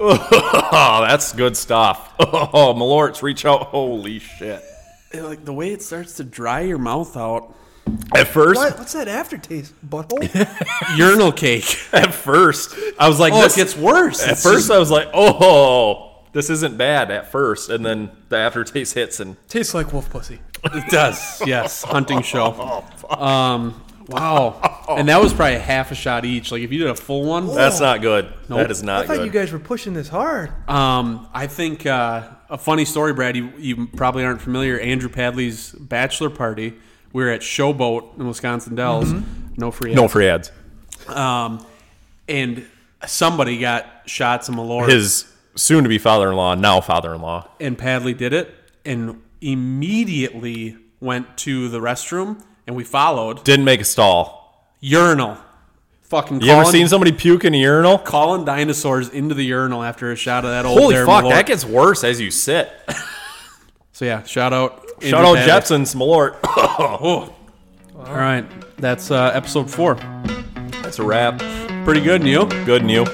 Oh, that's good stuff. [laughs] Oh, Malort's reach out. Holy shit! Yeah, like the way it starts to dry your mouth out. At first, What? Oh. What's that aftertaste? Butthole? [laughs] Urinal cake. [laughs] at first, I was like, Oh, this it gets worse. At It's [laughs] first, just- I was like, oh, this isn't bad. At first, and then the aftertaste hits, and [laughs] Tastes like wolf pussy. it does. Yes, hunting [laughs] show. Oh, Um, wow. And that was probably half a shot each. Like if you did a full one, that's not good. That is I not thought good. you guys were pushing this hard. um, I think uh, a funny story, Brad. You, you probably aren't familiar. Andrew Padley's bachelor party. We were at Showboat in Wisconsin Dells. No free. Mm-hmm. no ads. free ads. Um, and somebody got shots of Malort. His soon-to-be father-in-law, now father-in-law. and Padley did it and immediately went to the restroom and we followed. Didn't make a stall. Urinal. Fucking You ever calling- seen somebody puke in a urinal? calling dinosaurs into the urinal after a shot of that old Holy Darren fuck, Malort. that gets worse as you [laughs] sit. So yeah, shout out Shout Andrew out Padley. Jepson's Malort. [coughs] Oh. All right. That's uh, episode 4. That's a wrap. Pretty good, Neil. Good, New.